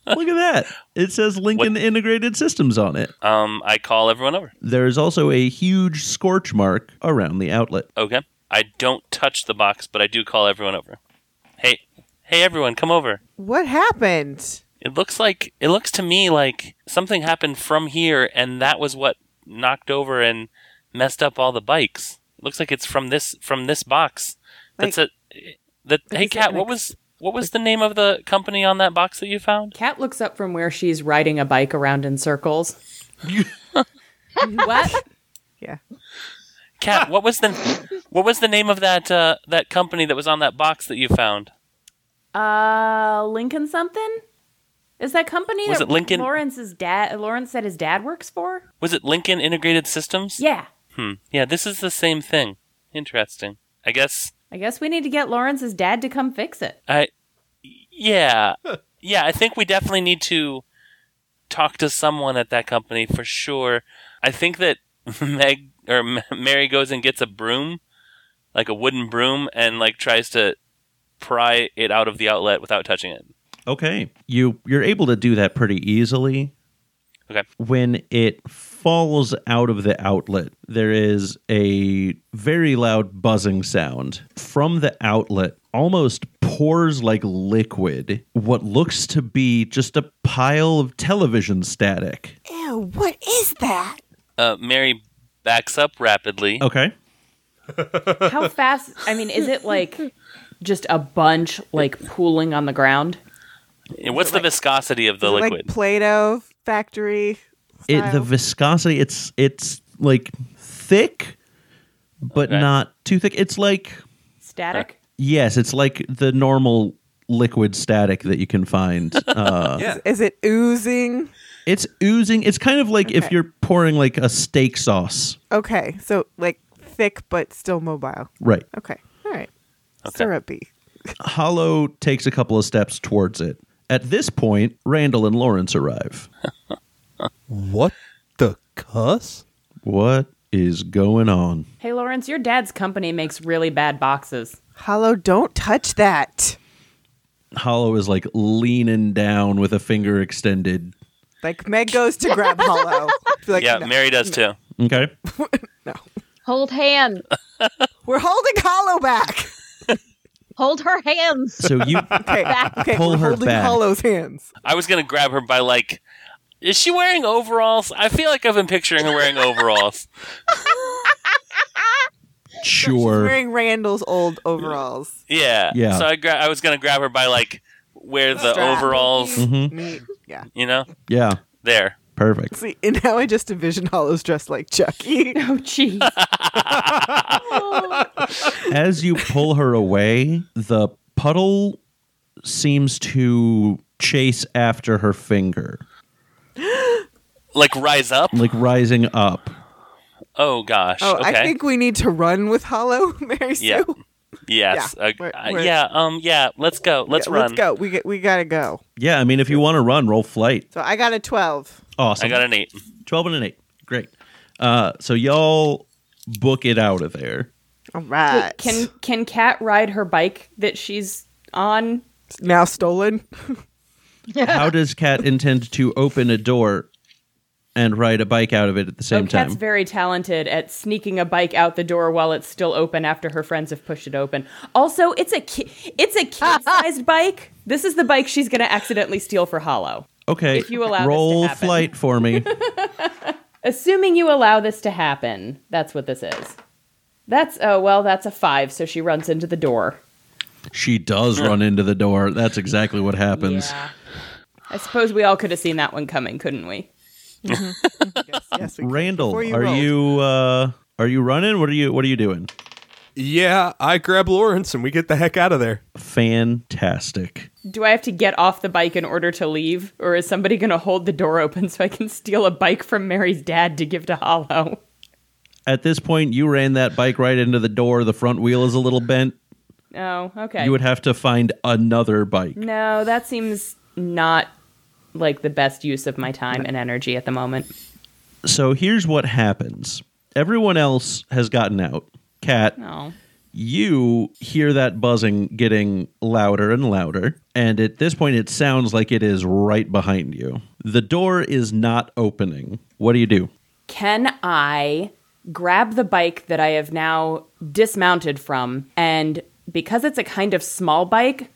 Speaker 3: Look at that. It says Lincoln what? Integrated Systems on it.
Speaker 5: Um, I call everyone over.
Speaker 3: There is also a huge scorch mark around the outlet.
Speaker 5: Okay. I don't touch the box, but I do call everyone over. Hey, hey everyone, come over.
Speaker 9: What happened?
Speaker 5: It looks like it looks to me like something happened from here and that was what knocked over and messed up all the bikes. It looks like it's from this from this box. Like, That's a that Hey cat, what ex- was what was the name of the company on that box that you found?
Speaker 2: Cat looks up from where she's riding a bike around in circles. what?
Speaker 9: Yeah.
Speaker 5: Cat, what was the what was the name of that uh, that company that was on that box that you found?
Speaker 2: Uh, Lincoln something. Is that company
Speaker 5: Was
Speaker 2: that
Speaker 5: it Lincoln-
Speaker 2: Lawrence's dad Lawrence said his dad works for?
Speaker 5: Was it Lincoln Integrated Systems?
Speaker 2: Yeah.
Speaker 5: Hmm. Yeah, this is the same thing. Interesting. I guess.
Speaker 2: I guess we need to get Lawrence's dad to come fix it.
Speaker 5: I. Yeah. yeah, I think we definitely need to talk to someone at that company for sure. I think that Meg or M- Mary goes and gets a broom, like a wooden broom, and like tries to pry it out of the outlet without touching it.
Speaker 3: Okay. You you're able to do that pretty easily.
Speaker 5: Okay.
Speaker 3: When it falls out of the outlet, there is a very loud buzzing sound from the outlet. Almost pours like liquid what looks to be just a pile of television static.
Speaker 9: Ew, what is that?
Speaker 5: Uh, Mary backs up rapidly.
Speaker 3: Okay.
Speaker 2: How fast? I mean, is it like just a bunch like pooling on the ground?
Speaker 5: What's the viscosity of the
Speaker 9: Is it
Speaker 5: liquid?
Speaker 9: Like Play-Doh factory.
Speaker 3: It the
Speaker 9: style?
Speaker 3: viscosity it's it's like thick but
Speaker 5: Okay.
Speaker 3: not too thick. It's like
Speaker 2: Static?
Speaker 3: Yes, it's like the normal liquid static that you can find. Uh,
Speaker 10: Yeah.
Speaker 9: Is it oozing?
Speaker 3: It's oozing. It's kind of like if
Speaker 9: Okay.
Speaker 3: you're pouring like a steak sauce.
Speaker 9: Okay, so like thick but still mobile.
Speaker 3: Right.
Speaker 9: Okay, all right.
Speaker 5: Okay.
Speaker 9: Syrupy.
Speaker 3: Hollow takes a couple of steps towards it. At this point, Randall and Lawrence arrive.
Speaker 10: What the cuss?
Speaker 3: What is going on?
Speaker 2: Hey, Lawrence, your dad's company makes really bad boxes.
Speaker 9: Hollow, don't touch that.
Speaker 3: Hollow is like leaning down with a finger extended.
Speaker 9: Like Meg goes to grab Hollow. Be like,
Speaker 5: yeah,
Speaker 9: "No,
Speaker 5: Mary does too.
Speaker 3: Okay.
Speaker 6: Hold hand.
Speaker 9: We're holding Hollow back.
Speaker 6: Hold her hands.
Speaker 3: So you
Speaker 9: Okay, okay,
Speaker 3: Pull
Speaker 9: we're
Speaker 3: her
Speaker 9: holding
Speaker 3: back.
Speaker 9: Hollow's hands.
Speaker 5: I was gonna grab her by like, is she wearing overalls? I feel like I've been picturing her wearing overalls.
Speaker 3: sure.
Speaker 9: Wearing Randall's old overalls.
Speaker 5: yeah.
Speaker 3: Yeah.
Speaker 5: So I gra- I was gonna grab her by like where the
Speaker 9: Strap.
Speaker 5: overalls,
Speaker 3: Mm-hmm.
Speaker 9: Me, yeah.
Speaker 5: you know,
Speaker 3: Yeah.
Speaker 5: there.
Speaker 3: Perfect.
Speaker 9: See, and now I just envision Hollow's dressed like Chucky.
Speaker 2: Oh, jeez.
Speaker 3: as you pull her away, the puddle seems to chase after her finger,
Speaker 5: Like rise up.
Speaker 3: like rising up.
Speaker 5: Oh gosh.
Speaker 9: Oh,
Speaker 5: okay.
Speaker 9: I think we need to run with Hollow, Mary Sue.
Speaker 5: Yeah. Yes.
Speaker 9: Yeah,
Speaker 5: Uh,
Speaker 9: we're-
Speaker 5: uh,
Speaker 9: we're-
Speaker 5: yeah. Um. Yeah. Let's go. Let's
Speaker 9: Yeah,
Speaker 5: run.
Speaker 9: Let's go. We get, we gotta go.
Speaker 3: Yeah, I mean, if you want to run, roll flight.
Speaker 9: So I got a twelve.
Speaker 3: Awesome.
Speaker 5: I got an eight.
Speaker 3: 12 and an 8. Great. Uh, so y'all book it out of there.
Speaker 9: All right.
Speaker 2: Can can Kat ride her bike that she's on?
Speaker 9: now stolen?
Speaker 3: How does Kat intend to open a door and ride a bike out of it at the same
Speaker 2: oh,
Speaker 3: time?
Speaker 2: Kat's very talented at sneaking a bike out the door while it's still open after her friends have pushed it open. Also, it's a ki- it's a kid-sized bike. This is the bike she's going to accidentally steal for Hollow.
Speaker 3: okay.
Speaker 2: if you allow this to
Speaker 3: roll
Speaker 2: happen.
Speaker 3: flight for me.
Speaker 2: Assuming you allow this to happen, that's what this is. That's oh well, that's a five. So she runs into the door.
Speaker 3: she does run into the door. That's exactly what happens.
Speaker 2: I suppose we all could have seen that one coming, couldn't we?
Speaker 9: yes, yes. We can.
Speaker 3: Randall,
Speaker 9: Before you
Speaker 3: are
Speaker 9: rolled.
Speaker 3: you uh are you running? What are you what are you doing?
Speaker 10: Yeah, I grab Lawrence and we get the heck out of there.
Speaker 3: Fantastic.
Speaker 2: Do I have to get off the bike in order to leave, or is somebody going to hold the door open so I can steal a bike from Mary's dad to give to Hollow?
Speaker 3: At this point, you ran that bike right into the door. The front wheel is a little bent.
Speaker 2: Oh, okay.
Speaker 3: You would have to find another bike.
Speaker 2: no, that seems not like the best use of my time and energy at the moment.
Speaker 3: So here's what happens. Everyone else has gotten out. Cat,
Speaker 2: Oh.
Speaker 3: you hear that buzzing getting louder and louder, and at this point it sounds like it is right behind you. The door is not opening. What do you do?
Speaker 2: Can I grab the bike that I have now dismounted from? And because it's a kind of small bike,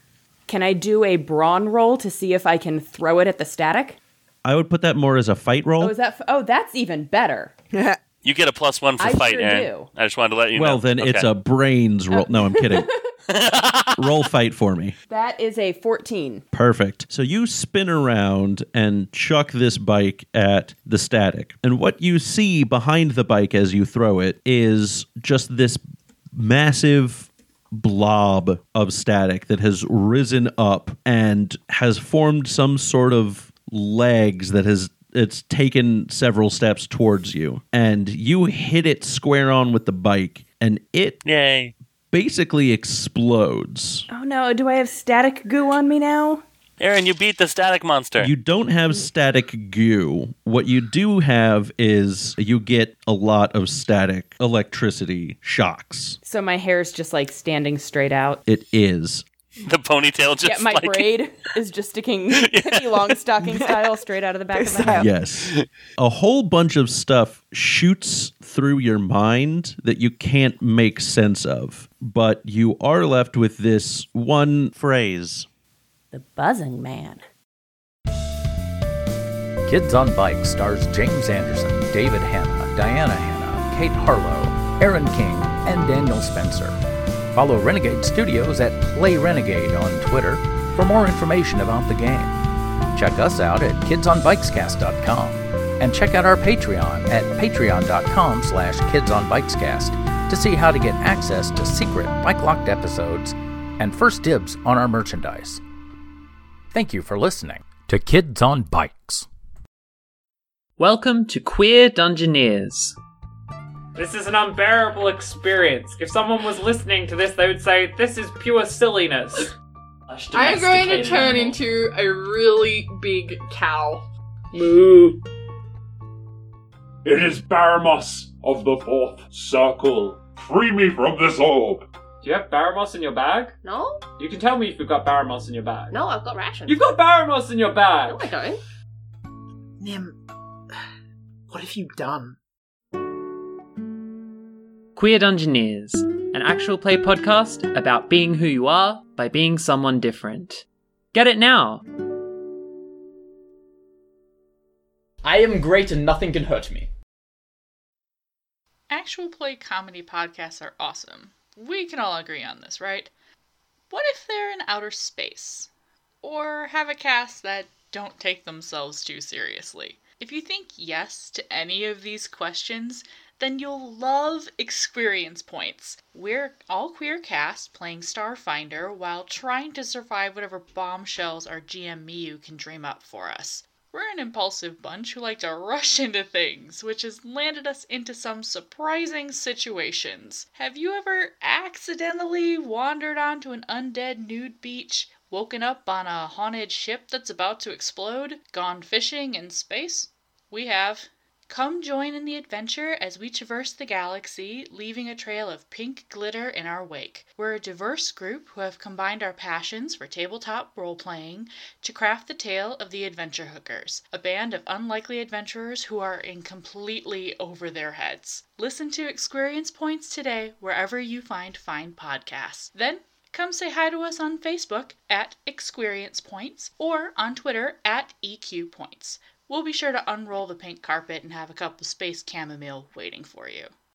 Speaker 2: can I do a brawn roll to see if I can throw it at the static?
Speaker 3: I would put that more as a fight roll.
Speaker 2: Oh, is that? F- oh, that's even better.
Speaker 5: You get a plus one for
Speaker 2: I
Speaker 5: fight,
Speaker 2: sure
Speaker 5: Aaron.
Speaker 2: do.
Speaker 5: I just wanted to let you know.
Speaker 3: Well, then it's
Speaker 5: Okay.
Speaker 3: a brains roll. No, I'm kidding. roll fight for me.
Speaker 2: That is a 14.
Speaker 3: Perfect. So you spin around and chuck this bike at the static. And what you see behind the bike as you throw it is just this massive blob of static that has risen up and has formed some sort of legs that has it's taken several steps towards you and you hit it square on with the bike and it
Speaker 5: Yay.
Speaker 3: basically explodes
Speaker 2: Oh no, do I have static goo on me now?
Speaker 5: Aaron, you beat the static monster.
Speaker 3: You don't have static goo. What you do have is you get a lot of static electricity shocks.
Speaker 2: So my hair's just like standing straight out.
Speaker 3: It is.
Speaker 5: the ponytail just
Speaker 2: yeah, my
Speaker 5: like
Speaker 2: braid is just sticking penny long stocking style straight out of the back of my head.
Speaker 3: Yes. A whole bunch of stuff shoots through your mind that you can't make sense of, but you are left with this one phrase.
Speaker 2: The buzzing man.
Speaker 11: Kids on Bike stars James Anderson, David Hanna, Diana Hanna, Kate Harlow, Aaron King, and Daniel Spencer. Follow Renegade Studios at Play Renegade on Twitter for more information about the game. Check us out at kidsonbikescast.com and check out our Patreon at patreon.com slash kidsonbikescast to see how to get access to secret bike locked episodes and first dibs on our merchandise. Thank you for listening to Kids on Bikes.
Speaker 12: Welcome to Queer Dungeoneers.
Speaker 13: This is an unbearable experience. If someone was listening to this, they would say, This is pure silliness.
Speaker 14: I am going to
Speaker 13: domesticated
Speaker 14: turn
Speaker 13: animal.
Speaker 14: into a really big cow.
Speaker 15: Moo. It is Baramos of the Fourth Circle. Free me from this orb.
Speaker 13: Do you have Baramos in your bag?
Speaker 14: No?
Speaker 13: You can tell me if you've got Baramos in your bag.
Speaker 14: No, I've got rations.
Speaker 13: You've got Baramos in your bag!
Speaker 14: No, I don't.
Speaker 7: Nim, what have you done?
Speaker 12: Queer Dungeoneers, an actual play podcast about being who you are by being someone different. Get it now!
Speaker 16: I am great and nothing can hurt me.
Speaker 6: Actual play comedy podcasts are awesome. We can all agree on this, right? What if they're in outer space? Or have a cast that don't take themselves too seriously? If you think yes to any of these questions, then you'll love Experience Points. We're all queer cast playing Starfinder while trying to survive whatever bombshells our GM Miyu can dream up for us. We're an impulsive bunch who like to rush into things, which has landed us into some surprising situations. Have you ever accidentally wandered onto an undead nude beach, woken up on a haunted ship that's about to explode, gone fishing in space? We have. Come join in the adventure as we traverse the galaxy, leaving a trail of pink glitter in our wake. We're a diverse group who have combined our passions for tabletop role playing to craft the tale of the Adventure Hookers, a band of unlikely adventurers who are in completely over their heads. Listen to Experience Points today wherever you find fine podcasts. Then Come say hi to us on Facebook at Experience Points or on Twitter at E EQ Points. We'll be sure to unroll the pink carpet and have a cup of space chamomile waiting for you.